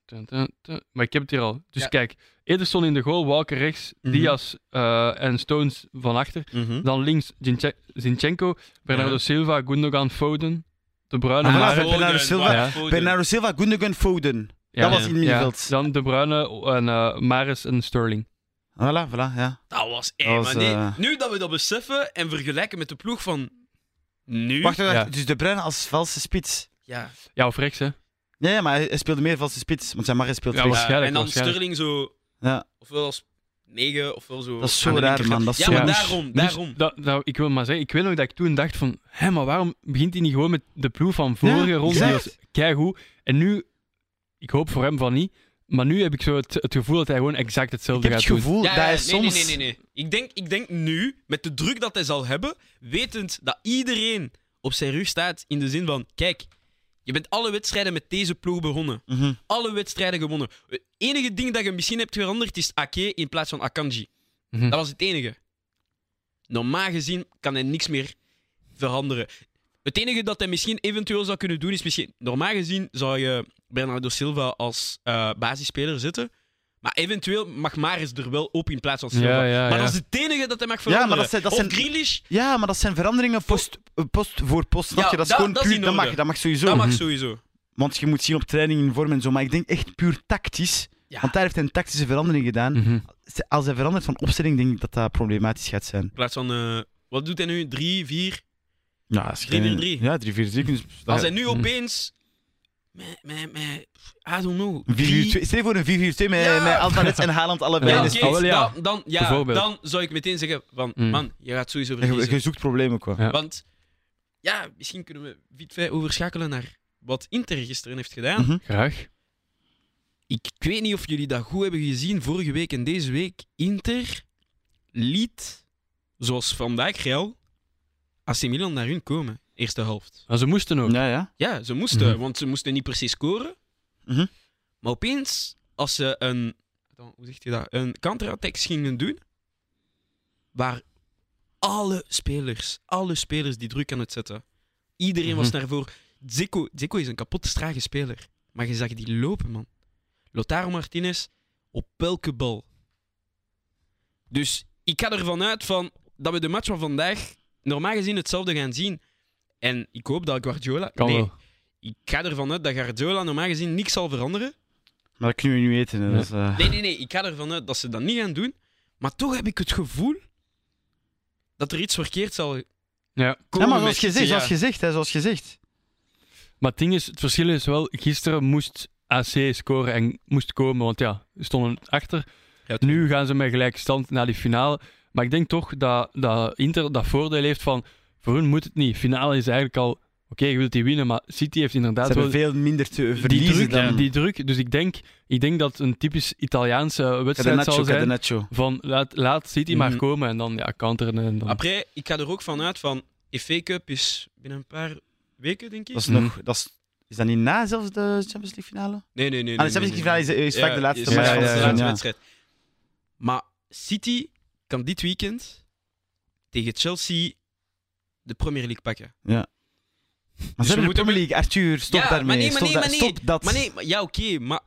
Speaker 1: Tun, tun, tun. Maar ik heb het hier al. Dus
Speaker 3: Ja.
Speaker 1: kijk, Ederson in de goal, Walker rechts,
Speaker 3: Mhm.
Speaker 1: Diaz eh, en Stones van achter. Dan links Zinche- Zinchenko, Bernardo
Speaker 3: Ja.
Speaker 1: Silva, Gundogan, Foden, De Bruyne,
Speaker 2: Ah,
Speaker 1: Mahrez.
Speaker 2: Bernardo
Speaker 3: Foden,
Speaker 2: Silva.
Speaker 3: Bart Foden.
Speaker 2: Bernardo Silva, Gundogan, Foden.
Speaker 1: Ja,
Speaker 2: dat
Speaker 3: ja.
Speaker 2: was in het middenveld.
Speaker 1: Ja, dan De Bruyne en eh, Maris en Sterling.
Speaker 2: Voilà, voilà, ja.
Speaker 3: Dat was één.
Speaker 2: Dat was,
Speaker 3: maar nee,
Speaker 2: eh,
Speaker 3: nu dat we dat beseffen en vergelijken met de ploeg van nu.
Speaker 2: Wacht, wacht,
Speaker 1: Ja.
Speaker 2: dus De Bruyne als valse spits.
Speaker 3: Ja,
Speaker 1: Ja, of rechts, hè?
Speaker 2: Ja, ja, maar hij hij speelde meer valse spits, want zijn Mares speelt
Speaker 1: Ja,
Speaker 2: rechts.
Speaker 1: was- waarschijnlijk,
Speaker 3: en dan
Speaker 1: waarschijnlijk.
Speaker 3: Sterling zo,
Speaker 2: Ja.
Speaker 3: ofwel als 9, ofwel zo.
Speaker 2: Dat is zo
Speaker 3: aan de
Speaker 2: raar,
Speaker 3: linkerkant.
Speaker 2: man. Dat is zo
Speaker 3: ja, maar
Speaker 1: niche.
Speaker 3: daarom,
Speaker 1: Dus
Speaker 3: daarom.
Speaker 1: dat, dat- ik wil maar zeggen, ik weet nog dat ik toen dacht van... Hé, maar waarom begint hij niet gewoon met de ploeg van vorige
Speaker 2: Ja,
Speaker 1: ronde?
Speaker 2: exact.
Speaker 1: Die was keigoed. En nu, ik hoop voor hem van niet, maar nu heb ik zo het, het gevoel dat hij gewoon exact
Speaker 2: Ik
Speaker 1: hetzelfde
Speaker 2: heb het
Speaker 1: gaat doen.
Speaker 2: gevoel
Speaker 3: Ja,
Speaker 2: dat
Speaker 3: ja,
Speaker 2: hij
Speaker 3: nee,
Speaker 2: soms...
Speaker 3: Nee, nee, nee. nee. Ik, denk, ik denk nu, met de druk dat hij zal hebben, wetend dat iedereen op zijn rug staat in de zin van: kijk, je bent alle wedstrijden met deze ploeg begonnen.
Speaker 2: Mhm.
Speaker 3: Alle wedstrijden gewonnen. Het enige ding dat je misschien hebt veranderd is Ake in plaats van Akanji.
Speaker 1: Mhm.
Speaker 3: Dat was het enige. Normaal gezien kan hij niks meer veranderen. Het enige dat hij misschien eventueel zou kunnen doen is misschien. Normaal gezien zou je Bernardo Silva als eh, basisspeler zetten. Maar eventueel mag Maris er wel op in plaats van Silva.
Speaker 1: Ja, ja,
Speaker 3: maar
Speaker 1: ja.
Speaker 3: dat is het enige dat hij mag
Speaker 2: maar
Speaker 3: veranderen.
Speaker 2: dat zijn- dat zijn-
Speaker 3: Of Grealish,
Speaker 2: Ja, maar dat zijn veranderingen post, eh, post voor post. Snap
Speaker 3: Ja,
Speaker 2: je? Dat is
Speaker 3: dat-
Speaker 2: gewoon
Speaker 3: dat is
Speaker 2: puur.
Speaker 3: in
Speaker 2: Dat
Speaker 3: orde.
Speaker 2: mag, dat mag sowieso.
Speaker 3: dat mag
Speaker 1: Mhm.
Speaker 3: sowieso.
Speaker 2: Want je moet zien op training in vorm en zo. Maar ik denk echt puur tactisch.
Speaker 3: Ja.
Speaker 2: Want daar heeft hij een tactische verandering gedaan.
Speaker 1: Mhm.
Speaker 2: Als hij verandert van opstelling, denk ik dat dat problematisch gaat zijn.
Speaker 3: In plaats van. eh, wat doet hij nu? 3, 4.
Speaker 2: Ja, dat is
Speaker 3: 3-4-3.
Speaker 2: Ja, 3-4-3.
Speaker 3: Als hij nu
Speaker 1: Mhm.
Speaker 3: opeens. Met, met, met, I don't know.
Speaker 2: 4-4-2. Stel je voor een 4-4-2 met,
Speaker 3: Ja.
Speaker 2: met Alvarez en Haaland allebei.
Speaker 3: Ja,
Speaker 1: Ja,
Speaker 2: Dus-
Speaker 1: is-
Speaker 3: oké,
Speaker 1: ah, wel, ja.
Speaker 3: Dan, dan, ja,
Speaker 1: Bijvoorbeeld.
Speaker 3: dan zou ik meteen zeggen: van,
Speaker 1: Mm.
Speaker 3: Man, je gaat sowieso
Speaker 2: je,
Speaker 3: verliezen.
Speaker 2: je zoekt problemen, qua.
Speaker 1: Ja.
Speaker 3: Want ja, misschien kunnen we Vitvij overschakelen naar wat Inter gisteren heeft gedaan.
Speaker 2: Mhm.
Speaker 1: Graag.
Speaker 3: Ik weet niet of jullie dat goed hebben gezien vorige week en deze week. Inter liet, zoals vandaag Real, AC Milan naar hun komen. Eerste helft.
Speaker 1: Maar ze moesten ook.
Speaker 2: Ja, ja.
Speaker 3: Ja, ze moesten,
Speaker 1: Mhm.
Speaker 3: want ze moesten niet precies scoren.
Speaker 2: Mhm.
Speaker 3: Maar opeens, als ze een, dan, hoe zeg je dat, een counterattack gingen doen, waar alle spelers, alle spelers die druk aan het zetten, iedereen was
Speaker 1: Mhm.
Speaker 3: naar voren. Zico, Zico is een kapotte, strage speler. Maar je zag die lopen, man. Lotaro Martinez op elke bal. Dus ik ga ervan uit van dat we de match van vandaag normaal gezien hetzelfde gaan zien. En ik hoop dat Guardiola...
Speaker 1: Kan
Speaker 3: nee,
Speaker 1: wel.
Speaker 3: ik ga ervan uit dat Guardiola normaal gezien niks zal veranderen.
Speaker 2: Maar dat kunnen we nu eten. hè.
Speaker 1: Ja.
Speaker 2: Dat is, eh,
Speaker 3: Nee, nee, nee. Ik ga ervan uit dat ze dat niet gaan doen. Maar toch heb ik het gevoel dat er iets verkeerd zal komen.
Speaker 1: Ja.
Speaker 2: Ja, maar
Speaker 3: met
Speaker 2: zoals gezegd,
Speaker 3: City,
Speaker 2: zoals
Speaker 3: ja.
Speaker 2: gezegd, hè, zoals gezegd.
Speaker 1: Maar het ding is, het verschil is wel, gisteren moest AC scoren en moest komen, want ja, ze stonden achter.
Speaker 3: Ja, tuurlijk.
Speaker 1: nu gaan ze met gelijke stand naar die finale. Maar ik denk toch dat, dat Inter dat voordeel heeft van, voor hun moet het niet. Finale is eigenlijk al, oké, je wilt die winnen, maar City heeft
Speaker 2: Ze
Speaker 1: inderdaad
Speaker 2: hebben
Speaker 1: wel
Speaker 2: veel minder te
Speaker 1: die
Speaker 2: verliezen
Speaker 1: druk,
Speaker 2: dan...
Speaker 1: die druk. Dus ik denk, ik denk dat een typisch Italiaanse wedstrijd zal
Speaker 2: Cadenaccio,
Speaker 1: zijn
Speaker 2: Cadenaccio.
Speaker 1: van laat, laat City maar
Speaker 2: Mhm.
Speaker 1: komen en dan ja, counteren. En dan.
Speaker 3: Après, ik ga er ook van uit van... FA Cup is binnen een paar weken, denk ik.
Speaker 2: Dat is
Speaker 1: Mhm.
Speaker 2: nog... Dat is, is dat niet na zelfs de Champions League finale?
Speaker 3: Nee, nee, nee.
Speaker 2: ah,
Speaker 3: nee,
Speaker 2: de Champions
Speaker 3: nee,
Speaker 2: League finale
Speaker 3: nee.
Speaker 2: is, is vaak de laatste
Speaker 3: is
Speaker 2: match
Speaker 3: vaak
Speaker 2: van
Speaker 1: ja,
Speaker 2: het
Speaker 3: de
Speaker 1: ja,
Speaker 2: seizoen,
Speaker 3: laatste
Speaker 2: ja.
Speaker 3: wedstrijd. Maar City kan dit weekend tegen Chelsea de Premier League pakken.
Speaker 2: Maar
Speaker 3: we
Speaker 2: ze hebben de
Speaker 3: moeten
Speaker 2: Premier League. Arthur, stop
Speaker 3: Ja, maar
Speaker 2: daarmee.
Speaker 3: nee, maar
Speaker 2: stop,
Speaker 3: nee,
Speaker 2: da-
Speaker 3: maar nee.
Speaker 2: stop dat.
Speaker 3: Maar nee, maar- ja, oké, maar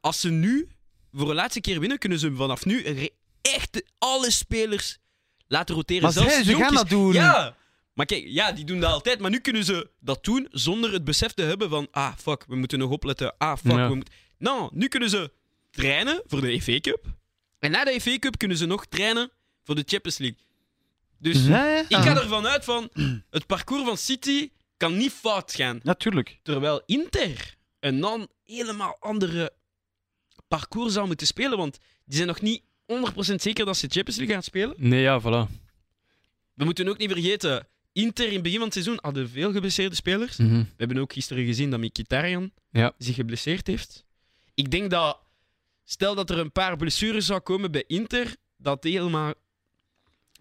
Speaker 3: als ze nu voor de laatste keer winnen, kunnen ze vanaf nu re- echt alle spelers laten roteren.
Speaker 2: Maar
Speaker 3: Zelfs
Speaker 2: zij, ze
Speaker 3: jonkies.
Speaker 2: gaan dat doen.
Speaker 3: Ja! Maar kijk, ja, die doen dat altijd. Maar nu kunnen ze dat doen zonder het besef te hebben van... Ah, fuck, we moeten nog opletten. Ah, fuck,
Speaker 1: Ja.
Speaker 3: we moeten... Nou, nu kunnen ze trainen voor de EV Cup. En na de EV Cup kunnen ze nog trainen voor de Champions League. Dus
Speaker 2: Ja, ja.
Speaker 3: ik ga ervan uit van... Het parcours van City kan niet fout gaan.
Speaker 2: Natuurlijk.
Speaker 3: Terwijl Inter een dan helemaal andere parcours zou moeten spelen. Want die zijn nog niet 100% zeker dat ze Champions League gaan spelen.
Speaker 1: Nee, ja, voilà.
Speaker 3: We moeten ook niet vergeten, Inter in het begin van het seizoen hadden veel geblesseerde spelers.
Speaker 2: Mhm.
Speaker 3: We hebben ook gisteren gezien dat Mkhitaryan
Speaker 1: Ja.
Speaker 3: zich geblesseerd heeft. Ik denk dat, stel dat er een paar blessures zou komen bij Inter, dat het helemaal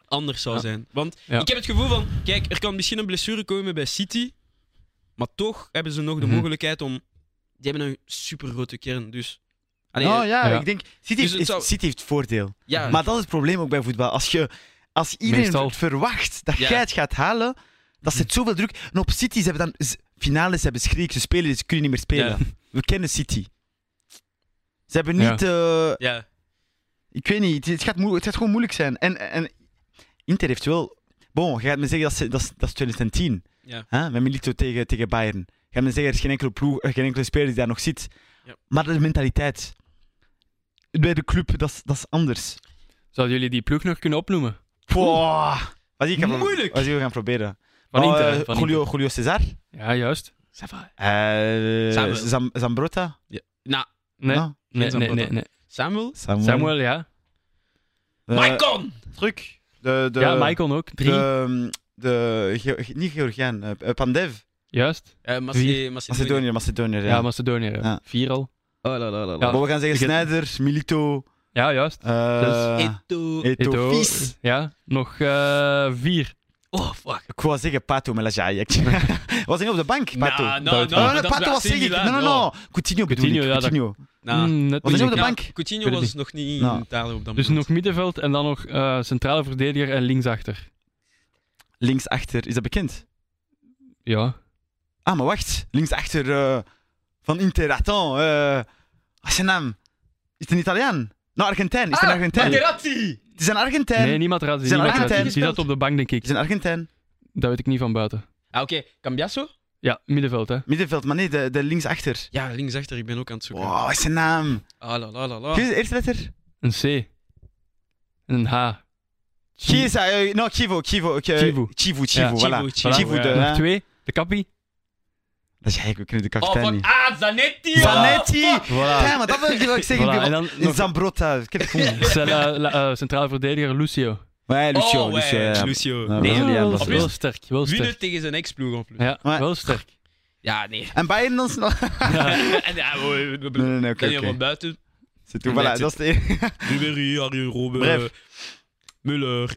Speaker 3: anders zou
Speaker 1: Ja.
Speaker 3: zijn. Want
Speaker 1: Ja.
Speaker 3: ik heb het gevoel van, kijk, er kan misschien een blessure komen bij City, maar toch hebben ze nog de
Speaker 1: Mhm.
Speaker 3: mogelijkheid om... Die hebben een super grote kern, dus... Allee,
Speaker 2: nou ja,
Speaker 1: ja.
Speaker 2: ik denk. City, heeft-
Speaker 3: Dus het
Speaker 2: is-
Speaker 3: zou-
Speaker 2: City heeft voordeel.
Speaker 3: ja,
Speaker 2: Maar dat is het probleem ook bij voetbal. Als, je, als iedereen
Speaker 1: Meestal. Hm.
Speaker 2: het verwacht dat
Speaker 3: Ja.
Speaker 2: jij het gaat halen, dat zit zoveel druk. En op City, ze hebben dan z- finales, ze hebben Griekse spelers, dus ze kunnen niet meer spelen. We kennen City. Ze hebben
Speaker 1: Ja.
Speaker 2: niet... eh,
Speaker 3: ja,
Speaker 2: ik weet niet, het gaat, moe- het gaat gewoon moeilijk zijn. En, en Inter heeft wel... Bon, je gaat me zeggen, dat is, dat is, dat is 2010.
Speaker 3: Ja.
Speaker 2: Hè? Met Milito tegen, tegen Bayern. Je gaat me zeggen, er is geen enkele, ploeg, eh, geen enkele speler die daar nog zit.
Speaker 3: Ja.
Speaker 2: Maar de mentaliteit... Bij de club, dat is, dat is anders.
Speaker 1: Zouden jullie die ploeg nog kunnen opnoemen?
Speaker 2: Boah. Wat ik ga pro-
Speaker 3: Moeilijk.
Speaker 2: Wat ik we gaan proberen.
Speaker 1: Van
Speaker 2: Oh,
Speaker 1: Inter,
Speaker 2: eh,
Speaker 1: hè, van
Speaker 2: Julio, Julio Cesar.
Speaker 1: Inter. Ja, juist.
Speaker 2: Eh,
Speaker 3: Samuel.
Speaker 2: Zam- Zambrotta.
Speaker 3: nou,
Speaker 1: Nee, nee,
Speaker 2: Ah,
Speaker 3: geen
Speaker 1: nee, nee,
Speaker 3: Zambrotta.
Speaker 1: nee.
Speaker 3: Samuel?
Speaker 2: Samuel.
Speaker 1: Samuel, ja.
Speaker 2: Eh,
Speaker 3: Maicon!
Speaker 2: Truc. De, de,
Speaker 1: ja, Michael ook. Drie.
Speaker 2: De, ehm, de, Geo- niet Georgiaan. eh, eh, Pandev.
Speaker 1: juist.
Speaker 3: Eh,
Speaker 1: Wie?
Speaker 3: Macedonië.
Speaker 2: Macedonië,
Speaker 3: Macedonië.
Speaker 2: Macedonië.
Speaker 1: Ja,
Speaker 2: Ja.
Speaker 1: Macedonië. ja.
Speaker 2: Ja.
Speaker 1: Vier al.
Speaker 3: Oh, la, la, la,
Speaker 1: Ja.
Speaker 3: la.
Speaker 2: Maar we gaan zeggen
Speaker 1: Ik-
Speaker 2: Snyder, Milito,
Speaker 1: Ja, juist.
Speaker 2: eh
Speaker 3: Eto'o.
Speaker 2: Eto.
Speaker 1: E- Eto'o.
Speaker 2: Vies.
Speaker 1: Ja, nog eh, vier.
Speaker 3: Oh, fuck.
Speaker 2: Ik wou zeggen Pato Melajai. was hij op de bank, Pato?
Speaker 3: Nou,
Speaker 1: nou,
Speaker 3: nou,
Speaker 1: Buiten.
Speaker 2: Oh, nee,
Speaker 1: nou,
Speaker 3: nou,
Speaker 2: Pato was zeg ik. Nee, nee, nee.
Speaker 1: Coutinho,
Speaker 2: Coutinho bedoel ik.
Speaker 1: ja, dat-
Speaker 2: Coutinho.
Speaker 3: Nou.
Speaker 1: Mm, net
Speaker 2: Was hij
Speaker 1: niet.
Speaker 2: op de
Speaker 1: Ja.
Speaker 2: bank?
Speaker 1: Weet
Speaker 3: Coutinho
Speaker 1: het
Speaker 3: was nog niet
Speaker 2: Nou.
Speaker 3: in Italië op dat
Speaker 1: Dus nog
Speaker 3: moment.
Speaker 1: middenveld en dan nog eh, centrale verdediger en linksachter.
Speaker 2: Linksachter, is dat bekend?
Speaker 1: Ja.
Speaker 2: Ah, maar wacht. Linksachter eh, van Inter. Attends. eh, wat is zijn naam? Is het een Italiaan? Nou, Argentijn. Is
Speaker 3: Ah,
Speaker 2: het een Argentijn?
Speaker 3: Materazzi!
Speaker 2: Het is een Argentijn.
Speaker 1: Nee, niemand raadt
Speaker 2: Zijn
Speaker 1: niemand
Speaker 2: Argentijn
Speaker 1: raadt- Die
Speaker 2: gespeeld?
Speaker 1: zat op de bank, denk ik.
Speaker 2: Het is een Argentijn.
Speaker 1: Dat weet ik niet van buiten.
Speaker 3: Ah, oké. Cambiasso?
Speaker 1: Ja, middenveld, hè.
Speaker 2: Middenveld, maar nee, de, de linksachter.
Speaker 3: Ja, linksachter. Ik ben ook aan het zoeken.
Speaker 2: Wow, wat is zijn naam?
Speaker 3: Ah, la, la, la, la.
Speaker 2: Geef eens de eerste letter.
Speaker 1: Een C. En een H.
Speaker 2: Chiesa. eh, nou, Chivo. Chivo. eh,
Speaker 1: Chivo.
Speaker 2: Chivo,
Speaker 1: Ja,
Speaker 2: Chivo, voilà.
Speaker 3: Chivo, Chivo,
Speaker 2: Chivo,
Speaker 1: Voilà.
Speaker 2: de...
Speaker 1: Nog
Speaker 2: hè.
Speaker 1: twee. De Kappie.
Speaker 2: Dat is eigenlijk ook de
Speaker 3: Oh,
Speaker 2: kapitein
Speaker 3: fuck.
Speaker 2: niet.
Speaker 3: Ah, Zanetti! oh,
Speaker 2: Zanetti!
Speaker 3: fuck.
Speaker 1: Voilà.
Speaker 2: Ja, maar dat wil ik wel zeggen.
Speaker 1: Voilà,
Speaker 2: Ik
Speaker 1: en
Speaker 2: ben wel-
Speaker 1: dan
Speaker 2: In
Speaker 1: nog-
Speaker 2: Zambrotta. Ik heb het gevonden.
Speaker 1: Cella- la- eh, centrale verdediger Lucio. nou,
Speaker 2: Maar Lucio. eh,
Speaker 3: Oh,
Speaker 2: Lucio,
Speaker 3: ouais,
Speaker 2: ja.
Speaker 3: Lucio.
Speaker 2: Ja,
Speaker 3: Nee,
Speaker 2: Braziliaan,
Speaker 1: wel,
Speaker 2: Braziliaan.
Speaker 1: wel sterk. Wel
Speaker 3: winnen
Speaker 1: sterk.
Speaker 3: tegen zijn ex-ploeg en plus.
Speaker 1: Ja,
Speaker 2: Maar-
Speaker 1: wel sterk.
Speaker 3: Ja, nee.
Speaker 2: En Bayern dan snel.
Speaker 3: En ja, we- we- we- we-
Speaker 2: Nee, nee, nee, oké.
Speaker 3: Daniel
Speaker 2: oké.
Speaker 3: van Buiten,
Speaker 2: C'est tout. Voilà,
Speaker 3: Nee,
Speaker 2: dat is de enige.
Speaker 3: Ribéry, Arjen Robben,
Speaker 2: Bref.
Speaker 3: Muller.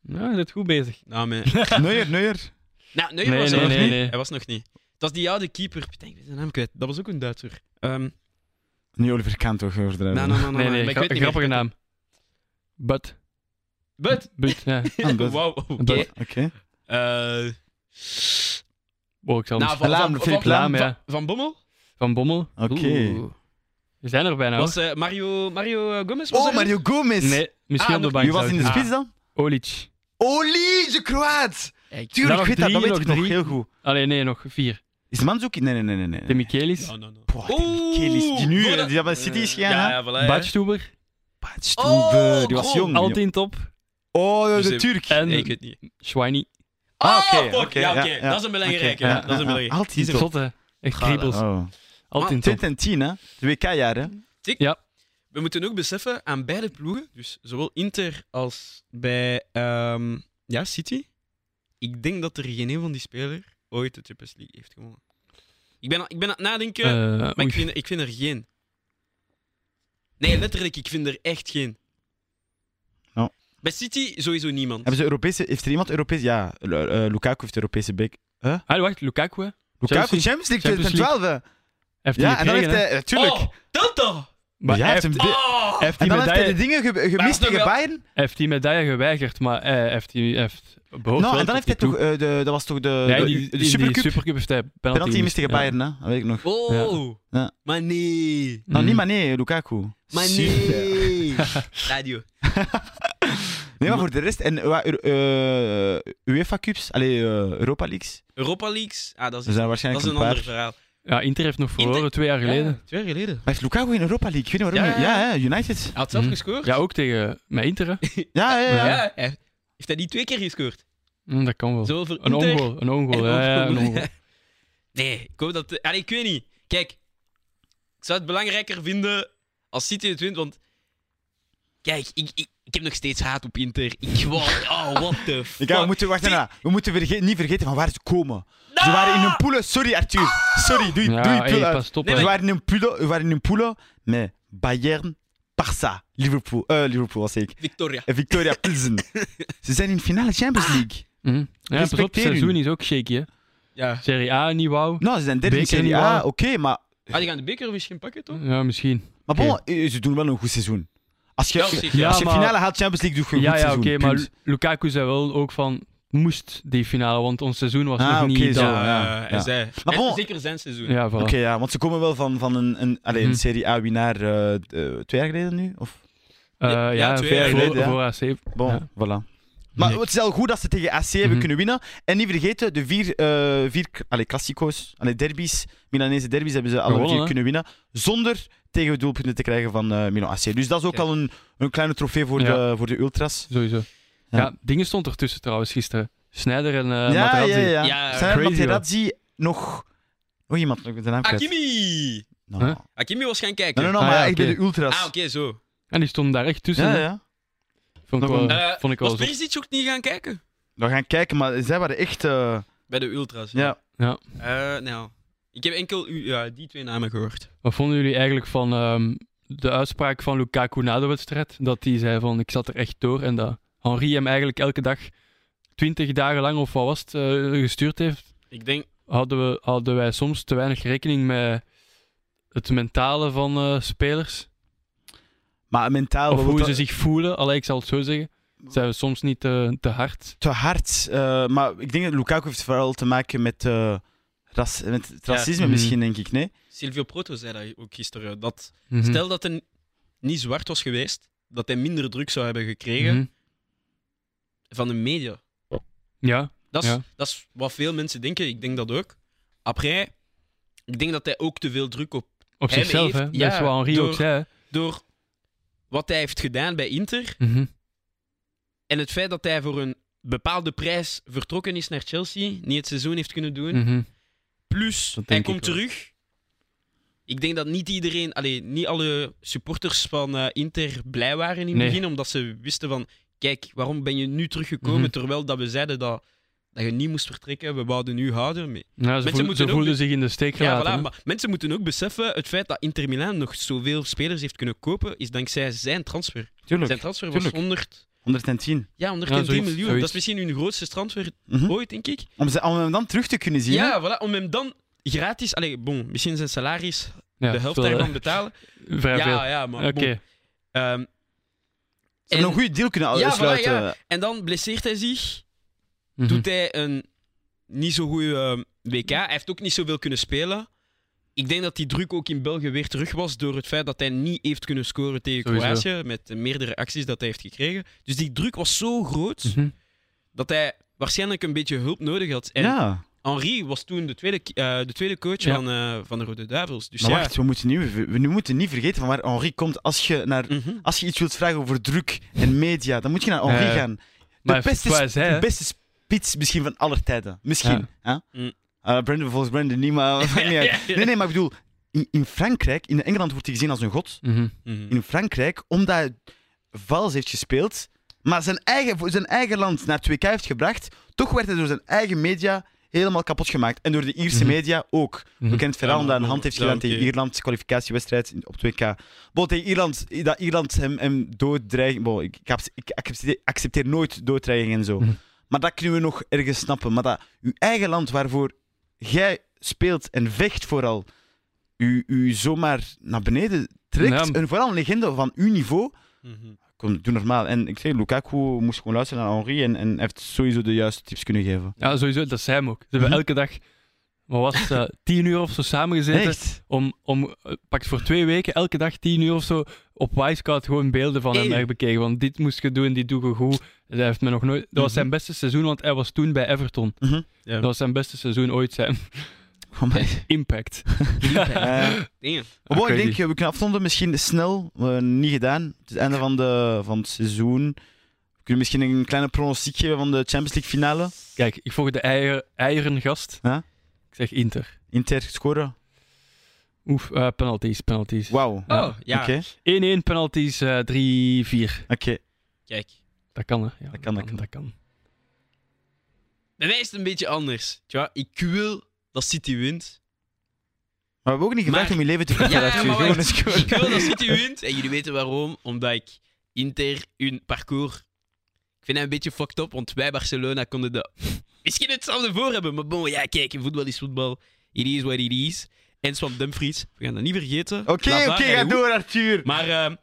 Speaker 1: Ja, je bent goed bezig.
Speaker 3: Nou, man.
Speaker 2: Neuer, Neuer.
Speaker 3: Nou, nee,
Speaker 1: Nee,
Speaker 3: was er
Speaker 1: nee,
Speaker 3: nog
Speaker 1: nee,
Speaker 3: niet.
Speaker 1: nee.
Speaker 3: Hij was nog niet. Dat was die oude keeper. Ik denk, ik ben zijn naam kwijt. Dat was ook een Duitser. Ehm
Speaker 2: Nu Oliver Kahn toch overdrijven.
Speaker 3: nou, nou, nou, nou,
Speaker 1: Nee,
Speaker 3: nou, maar
Speaker 1: nee,
Speaker 3: ik
Speaker 1: gra-
Speaker 3: weet niet
Speaker 1: grappige
Speaker 3: meer.
Speaker 1: naam. But.
Speaker 3: But.
Speaker 1: But, ja.
Speaker 2: Ah, but.
Speaker 3: Wauw, oké.
Speaker 1: But.
Speaker 2: Oké.
Speaker 3: Eh,
Speaker 1: Oh, ik zal
Speaker 3: Nou,
Speaker 1: hem-
Speaker 3: van,
Speaker 2: Laam,
Speaker 3: van,
Speaker 2: Philippe
Speaker 3: van-
Speaker 1: Laam,
Speaker 3: van-
Speaker 1: ja.
Speaker 3: van Bommel?
Speaker 1: Van Bommel.
Speaker 2: Oké.
Speaker 1: Oeh. We zijn er bijna, hoor.
Speaker 3: Was eh, Mario, Mario eh, Gomez? Was
Speaker 2: Oh,
Speaker 3: er
Speaker 2: Mario Gomez.
Speaker 1: Nee, misschien
Speaker 3: Ah,
Speaker 1: op de
Speaker 3: nog-
Speaker 1: bank.
Speaker 2: Wie was
Speaker 1: zou
Speaker 2: in
Speaker 1: ik
Speaker 2: de
Speaker 1: zeggen.
Speaker 2: spits dan?
Speaker 1: Ah, Olic.
Speaker 2: Oli, de Kroaat.
Speaker 3: niet?
Speaker 1: Dan
Speaker 2: Tuurlijk,
Speaker 1: nog
Speaker 2: ik weet dat. Dat
Speaker 1: drie,
Speaker 2: weet ik
Speaker 1: nog
Speaker 2: nog
Speaker 1: drie.
Speaker 2: heel goed.
Speaker 1: Allee, nee, nog vier.
Speaker 2: Is Mandzukic? Nee, nee, nee, nee, nee.
Speaker 1: De Michelis.
Speaker 3: Oh, No, no, no.
Speaker 2: Boah, de Michelis. Oh, Die nu, eh,
Speaker 3: Oeh,
Speaker 2: die bij City is gegaan,
Speaker 3: ja,
Speaker 2: hè?
Speaker 3: ja, voilà, ja.
Speaker 1: Badstuber.
Speaker 2: Pat Stuber,
Speaker 3: Oh,
Speaker 2: eh, die was
Speaker 3: God.
Speaker 2: jong.
Speaker 1: Altijd in top.
Speaker 2: Oh, de
Speaker 3: Dus-
Speaker 2: Turk.
Speaker 1: En
Speaker 3: Nee, ik weet niet.
Speaker 1: Schweini.
Speaker 2: Ah, oké,
Speaker 3: Oh, fuck,
Speaker 2: oké,
Speaker 3: ja,
Speaker 2: ja,
Speaker 3: oké.
Speaker 2: ja.
Speaker 3: Dat is een belangrijke.
Speaker 2: Oké,
Speaker 3: ja,
Speaker 2: ja,
Speaker 3: dat is een
Speaker 2: ja,
Speaker 3: belangrijke.
Speaker 2: ja. Altijd
Speaker 1: Die is
Speaker 2: top.
Speaker 1: zot, hè. Echt
Speaker 3: Gala.
Speaker 1: kriebels.
Speaker 2: Oh.
Speaker 1: Altijd in top.
Speaker 2: 2010, hè? De WK-jaar, hè?
Speaker 3: We moeten ook beseffen aan beide ploegen, dus zowel Inter als bij ehm, ja, City, ik denk dat er geen een van die spelers ooit de Champions League heeft gewonnen. Ik ben, aan- ik ben aan het nadenken,
Speaker 1: Eh,
Speaker 3: maar ik
Speaker 1: oei.
Speaker 3: vind, ik vind er geen. Nee, letterlijk, ik vind er echt geen.
Speaker 2: Nou.
Speaker 3: Bij City sowieso niemand.
Speaker 2: Hebben ze Europese... Heeft er iemand Europees... Ja, eh, eh, Lukaku heeft Europese bek.
Speaker 1: Ah, wacht, Lukaku, hè.
Speaker 2: Lukaku,
Speaker 1: Chelsea.
Speaker 2: Champions League
Speaker 1: Champions League.
Speaker 2: 2012, hè?
Speaker 1: Heeft hij
Speaker 2: Ja, en dan
Speaker 1: gekregen,
Speaker 2: heeft
Speaker 1: hè.
Speaker 2: hij... Tuurlijk.
Speaker 3: Oh, dat dan!
Speaker 1: Maar
Speaker 2: Ja,
Speaker 1: hij
Speaker 2: het
Speaker 1: heeft,
Speaker 2: is een bi-
Speaker 3: Oh!
Speaker 1: hij heeft
Speaker 2: En
Speaker 1: die
Speaker 2: dan heeft hij de
Speaker 1: medaille,
Speaker 2: dingen ge-
Speaker 3: Maar is
Speaker 2: gemist
Speaker 3: toch
Speaker 2: tegen
Speaker 3: wel-
Speaker 2: Bayern.
Speaker 1: hij heeft die medaille geweigerd, maar hij heeft die... Heeft, behoort
Speaker 2: Nou,
Speaker 1: wel
Speaker 2: en dan
Speaker 1: tot
Speaker 2: heeft hij
Speaker 1: die
Speaker 2: toch... eh, de, dat was toch de,
Speaker 1: toe. Nee,
Speaker 2: de-
Speaker 1: die, die,
Speaker 2: de
Speaker 1: die
Speaker 2: Supercup?
Speaker 1: Supercup heeft hij penalty,
Speaker 2: penalty gemist tegen
Speaker 1: ja.
Speaker 2: Bayern, hè? dat weet ik nog.
Speaker 3: Oh!
Speaker 2: Ja.
Speaker 3: Maar nee.
Speaker 2: Nou,
Speaker 1: Mm.
Speaker 2: niet maar nee, Lukaku.
Speaker 3: Maar
Speaker 2: Super.
Speaker 3: nee. Radio.
Speaker 2: Nee, maar voor de rest... En wa- Euro- eh, UEFA Cups, allee, eh, Europa Leagues.
Speaker 3: Europa Leagues. Ah, dat is,
Speaker 2: Er zijn
Speaker 3: dat is
Speaker 2: waarschijnlijk
Speaker 3: een
Speaker 2: een paar.
Speaker 3: ander verhaal.
Speaker 1: Ja, Inter heeft nog verloren,
Speaker 3: Inter-
Speaker 1: twee jaar geleden.
Speaker 3: Ja, twee jaar geleden.
Speaker 2: Maar heeft Lukaku in Europa League? Ik weet niet waarom.
Speaker 3: Ja,
Speaker 2: Ja,
Speaker 3: ja,
Speaker 2: ja, United.
Speaker 3: Hij had zelf
Speaker 1: Mhm.
Speaker 3: gescoord.
Speaker 1: Ja, ook tegen met Inter, hè.
Speaker 2: Ja, ja, ja.
Speaker 3: Ja,
Speaker 2: ja.
Speaker 3: hij- Heeft hij niet twee keer gescoord?
Speaker 1: Mm, dat kan wel.
Speaker 3: Zo voor
Speaker 1: Een
Speaker 3: Inter
Speaker 1: ongoal, een ongoal.
Speaker 3: en
Speaker 1: Ja, ja, een
Speaker 3: Liverpool.
Speaker 1: ongoal.
Speaker 3: Nee, ik hoop dat... Allee, ik weet niet. Kijk, ik zou het belangrijker vinden als City het wint, want... Kijk, ik, ik, ik heb nog steeds haat op Inter. Ik wou... Oh, what the fuck.
Speaker 2: Ik ga- we moeten, wacht,
Speaker 3: Die-
Speaker 2: nou, we moeten verge- niet vergeten van waar ze komen. Ze
Speaker 3: Ah!
Speaker 2: waren in hun poelen. Sorry, Arthur. Sorry, doe je
Speaker 1: Ja,
Speaker 2: doe je
Speaker 1: hey,
Speaker 2: poel uit.
Speaker 1: pas op,
Speaker 3: Nee,
Speaker 1: hè.
Speaker 2: Ze waren in hun poelen, ze waren in hun poelen met Bayern, Barça, Liverpool. Eh, Liverpool was ik.
Speaker 3: Victoria.
Speaker 2: En Victoria Pilsen. ze zijn in de finale
Speaker 3: Ah!
Speaker 2: Champions League.
Speaker 1: Mhm. Ja, pas op, het
Speaker 2: Respecteer
Speaker 1: seizoen
Speaker 2: u.
Speaker 1: is ook shaky, hè.
Speaker 3: Ja.
Speaker 1: Serie A niet wauw.
Speaker 2: Nou, ze zijn derde in
Speaker 1: Beker
Speaker 2: Serie
Speaker 1: niet
Speaker 2: A.
Speaker 1: waar.
Speaker 2: Oké, maar,
Speaker 3: Ah, die gaan de beker misschien pakken, toch?
Speaker 1: Ja, misschien.
Speaker 2: maar bon, eh, ze doen wel een goed seizoen. Als je,
Speaker 3: Ja, op zich,
Speaker 1: ja.
Speaker 2: als je
Speaker 1: Ja, maar-
Speaker 2: finale haalt Champions League, doe je een
Speaker 1: Ja,
Speaker 2: goed
Speaker 1: ja, oké,
Speaker 2: seizoen.
Speaker 1: maar
Speaker 2: punt.
Speaker 1: Lu- Lukaku zei wel ook van moest die finale, want ons seizoen was
Speaker 2: Ah,
Speaker 1: nog
Speaker 2: oké,
Speaker 1: niet
Speaker 2: zo.
Speaker 1: dan.
Speaker 2: Ja, ja,
Speaker 3: eh,
Speaker 2: ja.
Speaker 3: En zij.
Speaker 2: Maar
Speaker 3: En
Speaker 2: bon-
Speaker 3: zeker zijn seizoen.
Speaker 1: Ja, voilà.
Speaker 2: Oké, ja, want ze komen wel van, van een, een, allee, een
Speaker 1: Mhm.
Speaker 2: Serie A-winnaar eh, d- eh, twee jaar geleden nu? Of?
Speaker 1: Eh,
Speaker 3: Ja,
Speaker 1: ja,
Speaker 3: twee
Speaker 1: voor,
Speaker 3: jaar
Speaker 2: geleden, ja.
Speaker 1: voor AC.
Speaker 2: Bon,
Speaker 1: Ja.
Speaker 2: voilà. Maar
Speaker 1: Nee.
Speaker 2: het is al goed dat ze tegen AC hebben
Speaker 1: Mhm.
Speaker 2: kunnen winnen. En niet vergeten, de vier, eh vier allee, klassico's, allee, derbies, Milanese derbies, hebben ze alle
Speaker 1: Gewonnen,
Speaker 2: vier
Speaker 1: hè?
Speaker 2: kunnen winnen. Zonder tegen doelpunten te krijgen van eh Milan AC. Dus dat is ook
Speaker 3: Ja.
Speaker 2: al een, een kleine trofee voor,
Speaker 1: Ja.
Speaker 2: de, voor de Ultras.
Speaker 1: Sowieso.
Speaker 2: Ja.
Speaker 1: Ja. dingen stond ertussen trouwens gisteren. Snijder en eh
Speaker 2: ja,
Speaker 1: Materazzi.
Speaker 2: ja, ja,
Speaker 3: Ja,
Speaker 2: Zijn er
Speaker 1: crazy,
Speaker 2: Materazzi nog... Oh, iemand nog de naam kwijt.
Speaker 3: Hakimi!
Speaker 2: No.
Speaker 1: Huh?
Speaker 3: Hakimi was gaan kijken.
Speaker 2: Nee, nee, nee,
Speaker 1: Ah,
Speaker 2: maar
Speaker 1: ja,
Speaker 2: echt bij
Speaker 1: oké.
Speaker 2: de Ultras.
Speaker 3: Ah, oké, zo.
Speaker 1: En die stonden daar echt tussen.
Speaker 2: Ja,
Speaker 1: hè.
Speaker 2: ja.
Speaker 1: Vond ik
Speaker 2: Nog
Speaker 1: wel,
Speaker 2: een-
Speaker 3: Eh,
Speaker 1: vond ik wel
Speaker 3: Was
Speaker 1: zot.
Speaker 3: Perisic ook niet gaan kijken?
Speaker 2: We gaan kijken, maar zij waren echt... eh,
Speaker 3: Bij de Ultras.
Speaker 2: ja.
Speaker 3: Eh, nou, ik heb enkel u- ja, die twee namen gehoord.
Speaker 1: Wat vonden jullie eigenlijk van ehm, de uitspraak van Lukaku na de wedstrijd? Dat hij zei van ik zat er echt door en dat Henri hem eigenlijk elke dag 20 dagen lang of wat was het, eh, gestuurd heeft.
Speaker 3: Ik denk,
Speaker 1: hadden, we, hadden wij soms te weinig rekening met het mentale van eh, spelers.
Speaker 2: Maar mentaal...
Speaker 1: of
Speaker 2: wat
Speaker 1: hoe
Speaker 2: wil
Speaker 1: ze
Speaker 2: dat-
Speaker 1: zich voelen. Allee, ik zal het zo zeggen. Zijn we soms niet eh, te hard.
Speaker 2: te hard. eh, maar ik denk dat Lukaku heeft vooral te maken met, eh, ras- met het
Speaker 3: Ja.
Speaker 2: racisme
Speaker 1: Mhm.
Speaker 2: misschien, denk ik. Nee?
Speaker 3: Silvio Proto zei dat ook gisteren. Dat,
Speaker 1: Mhm.
Speaker 3: Stel dat hij niet zwart was geweest, dat hij minder druk zou hebben gekregen
Speaker 1: Mhm.
Speaker 3: van de media.
Speaker 1: Ja.
Speaker 3: Dat is,
Speaker 1: Ja.
Speaker 3: dat is wat veel mensen denken, ik denk dat ook. Après, ik denk dat hij ook te veel druk op...
Speaker 1: Op
Speaker 3: Hem
Speaker 1: zichzelf,
Speaker 3: heeft-
Speaker 1: hè.
Speaker 3: ja,
Speaker 1: dat is wat Henri
Speaker 3: door-
Speaker 1: ook zei.
Speaker 3: Door wat hij heeft gedaan bij Inter
Speaker 1: hè. Mhm.
Speaker 3: en het feit dat hij voor een bepaalde prijs vertrokken is naar Chelsea, niet het seizoen heeft kunnen doen.
Speaker 1: Mhm.
Speaker 3: Plus,
Speaker 2: Dat
Speaker 3: hij
Speaker 2: denk ik
Speaker 3: komt
Speaker 2: wel.
Speaker 3: terug. Ik denk dat niet iedereen, allee, niet alle supporters van eh, Inter blij waren in het
Speaker 1: Nee.
Speaker 3: begin, omdat ze wisten van, kijk, waarom ben je nu teruggekomen,
Speaker 1: Mhm.
Speaker 3: terwijl dat we zeiden dat, dat je niet moest vertrekken, we wouden nu houden. mee.
Speaker 1: Ja, ze
Speaker 3: Mensen
Speaker 1: voel-
Speaker 3: moeten
Speaker 1: ze
Speaker 3: ook
Speaker 1: voelden
Speaker 3: niet-
Speaker 1: zich in de steek
Speaker 3: Ja,
Speaker 1: gelaten.
Speaker 3: voilà,
Speaker 1: hè.
Speaker 3: maar mensen moeten ook beseffen, het feit dat Inter Milan nog zoveel spelers heeft kunnen kopen, is dankzij zijn transfer. Zijn
Speaker 2: Tuurlijk.
Speaker 3: transfer was
Speaker 2: tuurlijk.
Speaker 3: 100,
Speaker 2: 110.
Speaker 3: ja, 110
Speaker 1: zoiets,
Speaker 3: miljoen.
Speaker 1: zoiets.
Speaker 3: Dat is misschien hun grootste transfer
Speaker 2: Mhm.
Speaker 3: ooit, denk ik.
Speaker 2: om, ze, om hem dan terug te kunnen zien. hè?
Speaker 3: Ja, voilà, om hem dan gratis, allee, bon, misschien zijn salaris,
Speaker 1: Ja,
Speaker 3: de helft
Speaker 1: veel,
Speaker 3: daarvan betalen.
Speaker 1: eh, Vrij veel.
Speaker 3: Ja, ja, maar
Speaker 1: Oké.
Speaker 3: bon. Ehm,
Speaker 2: Ze
Speaker 3: en,
Speaker 2: hebben een goede deal kunnen
Speaker 3: Ja, voilà,
Speaker 2: sluiten.
Speaker 3: ja. en dan blesseert hij zich.
Speaker 1: Mhm.
Speaker 3: Doet hij een niet zo goede ehm, WK. Hij heeft ook niet zoveel kunnen spelen. Ik denk dat die druk ook in België weer terug was door het feit dat hij niet heeft kunnen scoren tegen
Speaker 1: Sowieso.
Speaker 3: Kroatië. Met de meerdere acties dat hij heeft gekregen. Dus die druk was zo groot
Speaker 1: Mhm.
Speaker 3: dat hij waarschijnlijk een beetje hulp nodig had. En
Speaker 2: Ja,
Speaker 3: Henri was toen de tweede, eh, de tweede coach
Speaker 1: Ja.
Speaker 3: van, eh, van de Rode Duivels. Dus
Speaker 2: maar
Speaker 3: ja.
Speaker 2: wacht, we moeten, niet, we, we moeten niet vergeten van waar Henri komt. Als je, naar,
Speaker 3: Mhm.
Speaker 2: als je iets wilt vragen over druk en media, dan moet je naar Henri
Speaker 1: Ja.
Speaker 2: gaan.
Speaker 1: Maar
Speaker 2: De
Speaker 1: dat is
Speaker 2: beste,
Speaker 1: wat hij zei,
Speaker 2: de
Speaker 1: hè.
Speaker 2: beste spits misschien van aller tijden. Misschien. Hè?
Speaker 3: Mm.
Speaker 2: Eh, Brandon, volgens Brandon niet, maar... maakt niet uit. Nee,
Speaker 3: Mhm.
Speaker 2: nee, maar ik bedoel, in, in Frankrijk, in Engeland wordt hij gezien als een god.
Speaker 1: Mhm.
Speaker 3: Mhm.
Speaker 2: in Frankrijk, omdat hij vals heeft gespeeld, maar zijn eigen, voor zijn eigen land naar 2K heeft gebracht, toch werd hij door zijn eigen media helemaal kapot gemaakt. En door de Ierse
Speaker 1: Mhm.
Speaker 2: media ook. We
Speaker 1: Mhm.
Speaker 2: kennen het verhaal
Speaker 3: Ja,
Speaker 2: dat hij een
Speaker 3: maar-
Speaker 2: hand heeft
Speaker 3: ja,
Speaker 2: gedaan
Speaker 3: oké.
Speaker 2: tegen Ierland, kwalificatiewedstrijd in- op 2K. Bon, tegen Ierland, dat Ierland hem, hem dooddreiging... Bon, ik, ik, ac- ik accepteer, accepteer nooit dooddreiging en zo.
Speaker 1: Mhm.
Speaker 2: Maar dat kunnen we nog ergens snappen. Maar dat uw eigen land waarvoor jij speelt en vecht vooral, u, u zomaar naar beneden
Speaker 1: Ja.
Speaker 2: strikt een, vooral een legende van uw niveau.
Speaker 3: Mhm.
Speaker 2: Kom, doe normaal. En ik zeg, Lukaku moest gewoon luisteren naar Henri en, en heeft sowieso de juiste tips kunnen geven.
Speaker 1: Ja, sowieso, dat zei hem ook. Ze hebben
Speaker 2: Mhm.
Speaker 1: elke dag, maar wat, is het, eh, tien uur of zo samengezeten.
Speaker 2: Echt?
Speaker 1: Om, om eh, pakt voor twee weken, elke dag tien uur of zo, op Wisecout gewoon beelden van hem
Speaker 3: Eeuw.
Speaker 1: echt bekeken. Want dit moest je doen, dit doe je goed. Dat, heeft me nog nooit... dat was zijn beste seizoen, want hij was toen bij Everton.
Speaker 2: Mhm.
Speaker 3: Ja.
Speaker 1: Dat was zijn beste seizoen ooit, zijn
Speaker 2: Oh, maar-
Speaker 1: impact.
Speaker 2: Eh,
Speaker 3: Damn.
Speaker 2: Maar bon, ik
Speaker 1: Crazy.
Speaker 2: denk, eh, we kunnen afronden. Misschien snel. eh, niet gedaan. Het is het einde van, de, van het seizoen. We kunnen misschien een kleine pronostiek geven van de Champions League finale.
Speaker 1: Kijk, ik volg de eier, eierengast.
Speaker 2: Ja?
Speaker 1: Ik zeg Inter.
Speaker 2: Inter scoren.
Speaker 1: Oef, eh, penalties, penalties. 1-1
Speaker 2: Wauw.
Speaker 1: Ja.
Speaker 3: Oh, ja.
Speaker 2: Oké.
Speaker 1: penalties, eh, 3-4.
Speaker 2: Oké.
Speaker 3: Kijk.
Speaker 1: Dat kan, hè? Ja,
Speaker 2: Dat kan, dat kan.
Speaker 1: Dat kan.
Speaker 3: Bij mij is het een beetje anders. Tja, ik wil dat City wint.
Speaker 2: Maar we hebben ook niet gevraagd
Speaker 3: Maar-
Speaker 2: om je leven te vertellen.
Speaker 3: Ja,
Speaker 2: Arthur.
Speaker 3: maar
Speaker 2: Gewoon
Speaker 3: wacht.
Speaker 2: een score.
Speaker 3: Ik wil dat City wint. En jullie weten waarom. Omdat ik Inter hun parcours... Ik vind hem een beetje fucked up, want wij Barcelona konden dat misschien hetzelfde voor hebben. Maar bon, ja, kijk, voetbal is voetbal. It is what it is. En Swam Dumfries, we gaan dat niet vergeten.
Speaker 2: Oké,
Speaker 3: Lazar
Speaker 2: oké,
Speaker 3: en
Speaker 2: ga
Speaker 3: Hoek.
Speaker 2: door, Arthur.
Speaker 3: Maar ehm,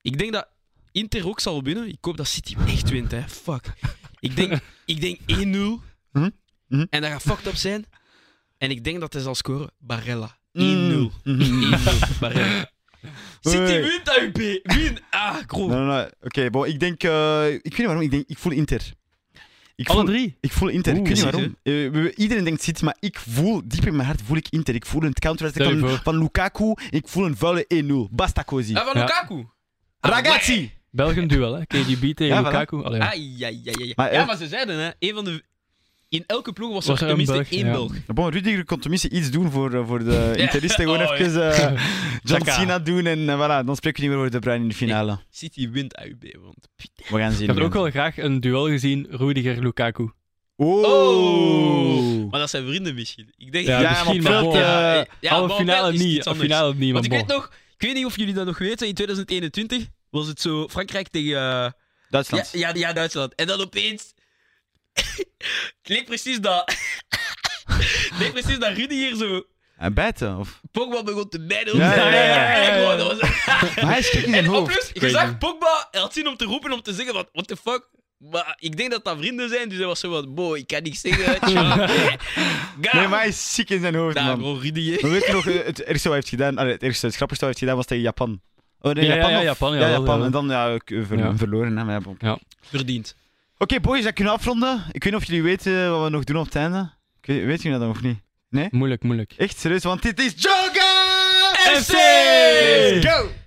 Speaker 3: ik denk dat Inter ook zal winnen. Ik hoop dat City echt wint, hè. Fuck. Ik denk, ik denk 1-0.
Speaker 2: Mhm, mhm.
Speaker 3: En dat gaat fucked up zijn. En ik denk dat hij zal scoren. Barella. 1-0. 1-0.
Speaker 2: Mhm.
Speaker 3: Barella. City
Speaker 2: Oei.
Speaker 3: wint AUP. Win. Ah, gros.
Speaker 2: Nee, nee, nee. Oké, bon, ik denk... eh, ik weet niet waarom, ik, denk, ik voel Inter. Ik
Speaker 1: Alle
Speaker 2: voel,
Speaker 1: drie.
Speaker 2: ik voel Inter, ik
Speaker 1: Oeh,
Speaker 2: weet niet
Speaker 1: precies,
Speaker 2: waarom. Eh, we- we- iedereen denkt City, maar ik voel, diep in mijn hart voel ik Inter. Ik voel een counter
Speaker 1: Stel je
Speaker 2: van,
Speaker 1: voor.
Speaker 2: van Lukaku, ik voel een vuile 1-0. Basta così.
Speaker 3: Ah, van
Speaker 1: Ja.
Speaker 3: Lukaku.
Speaker 2: Ah, Ragazzi!
Speaker 1: Belgium duel, hè? KDB tegen
Speaker 2: Ja, voilà.
Speaker 1: Lukaku. Allee, ja.
Speaker 3: Ai, ai, ai, ai.
Speaker 2: Maar,
Speaker 3: ja,
Speaker 2: eh,
Speaker 3: maar ze zeiden, hè. Een van de... In elke ploeg was,
Speaker 1: Was
Speaker 3: er
Speaker 1: er een
Speaker 3: tenminste
Speaker 1: Belg, ja.
Speaker 3: één Belg.
Speaker 2: Bon, Rudiger kon tenminste iets doen voor, eh, voor de Interisten. Gewoon
Speaker 3: Oh, ja.
Speaker 2: even eh, John
Speaker 1: Chaka.
Speaker 2: Cena doen en eh, voilà, dan spreken we niet meer over De Bruyne in de finale.
Speaker 3: City wint AUB, want...
Speaker 2: We gaan zien.
Speaker 1: Ik heb
Speaker 2: we
Speaker 1: ook
Speaker 2: gaan
Speaker 1: wel graag een duel gezien, Rudiger-Lukaku.
Speaker 2: zien.
Speaker 3: Oh.
Speaker 2: Oh!
Speaker 3: Maar dat zijn vrienden misschien. Ik denk...
Speaker 1: Ja,
Speaker 2: Ja,
Speaker 1: misschien,
Speaker 2: maar
Speaker 1: maar
Speaker 2: Veld,
Speaker 1: bon.
Speaker 2: eh,
Speaker 3: ja,
Speaker 1: Halve
Speaker 3: maar
Speaker 1: finale
Speaker 3: België is
Speaker 1: niet,
Speaker 3: iets
Speaker 1: halve
Speaker 3: anders.
Speaker 1: finale niet, maar
Speaker 3: Want ik
Speaker 1: bon.
Speaker 3: weet nog, ik weet niet of jullie dat nog weten, in 2021 was het zo Frankrijk tegen eh, ja,
Speaker 2: Duitsland.
Speaker 3: ja, ja, Duitsland. En dan opeens. het leek precies dat. het leek precies dat Rudy hier zo.
Speaker 2: En bijten, of?
Speaker 3: Pogba begon te bijden.
Speaker 2: Ja, ja, Oh, ja,
Speaker 1: ja, ja,
Speaker 3: En
Speaker 1: ja.
Speaker 3: gewoon, dat was-
Speaker 2: Maar hij is gek in zijn
Speaker 3: En op
Speaker 2: hoofd.
Speaker 3: plus, je
Speaker 1: Crazy.
Speaker 3: zag Pogba, hij had zin om te roepen, om te zeggen: wat what the fuck. Maar ik denk dat dat vrienden zijn, dus hij was zo van: boy, ik kan niks zeggen. tja. Ga.
Speaker 2: Nee, maar hij is ziek in zijn hoofd,
Speaker 3: Daar,
Speaker 2: man.
Speaker 3: bro, Rudy. hè.
Speaker 2: We weten nog, eh, het ergste wat hij heeft gedaan, allee, het ergste, het grappigste wat hij heeft gedaan was tegen Japan. Oh, nee,
Speaker 1: Ja, ja,
Speaker 2: Japan,
Speaker 1: ja,
Speaker 2: of-
Speaker 1: Japan, ja,
Speaker 2: ja,
Speaker 1: wel,
Speaker 2: Japan.
Speaker 1: ja.
Speaker 2: En dan ja, ik- eh, ver-
Speaker 1: Ja.
Speaker 2: verloren. Hè, maar ja, bon.
Speaker 3: Verdiend.
Speaker 2: Oké, boys, dat kunnen we afronden. Ik weet niet of jullie weten wat we nog doen op het einde. Ik weet, weet jullie dat nog of niet?
Speaker 1: Moeilijk, moeilijk.
Speaker 2: Echt serieus, want dit is Joga
Speaker 1: FC!
Speaker 2: Let's go!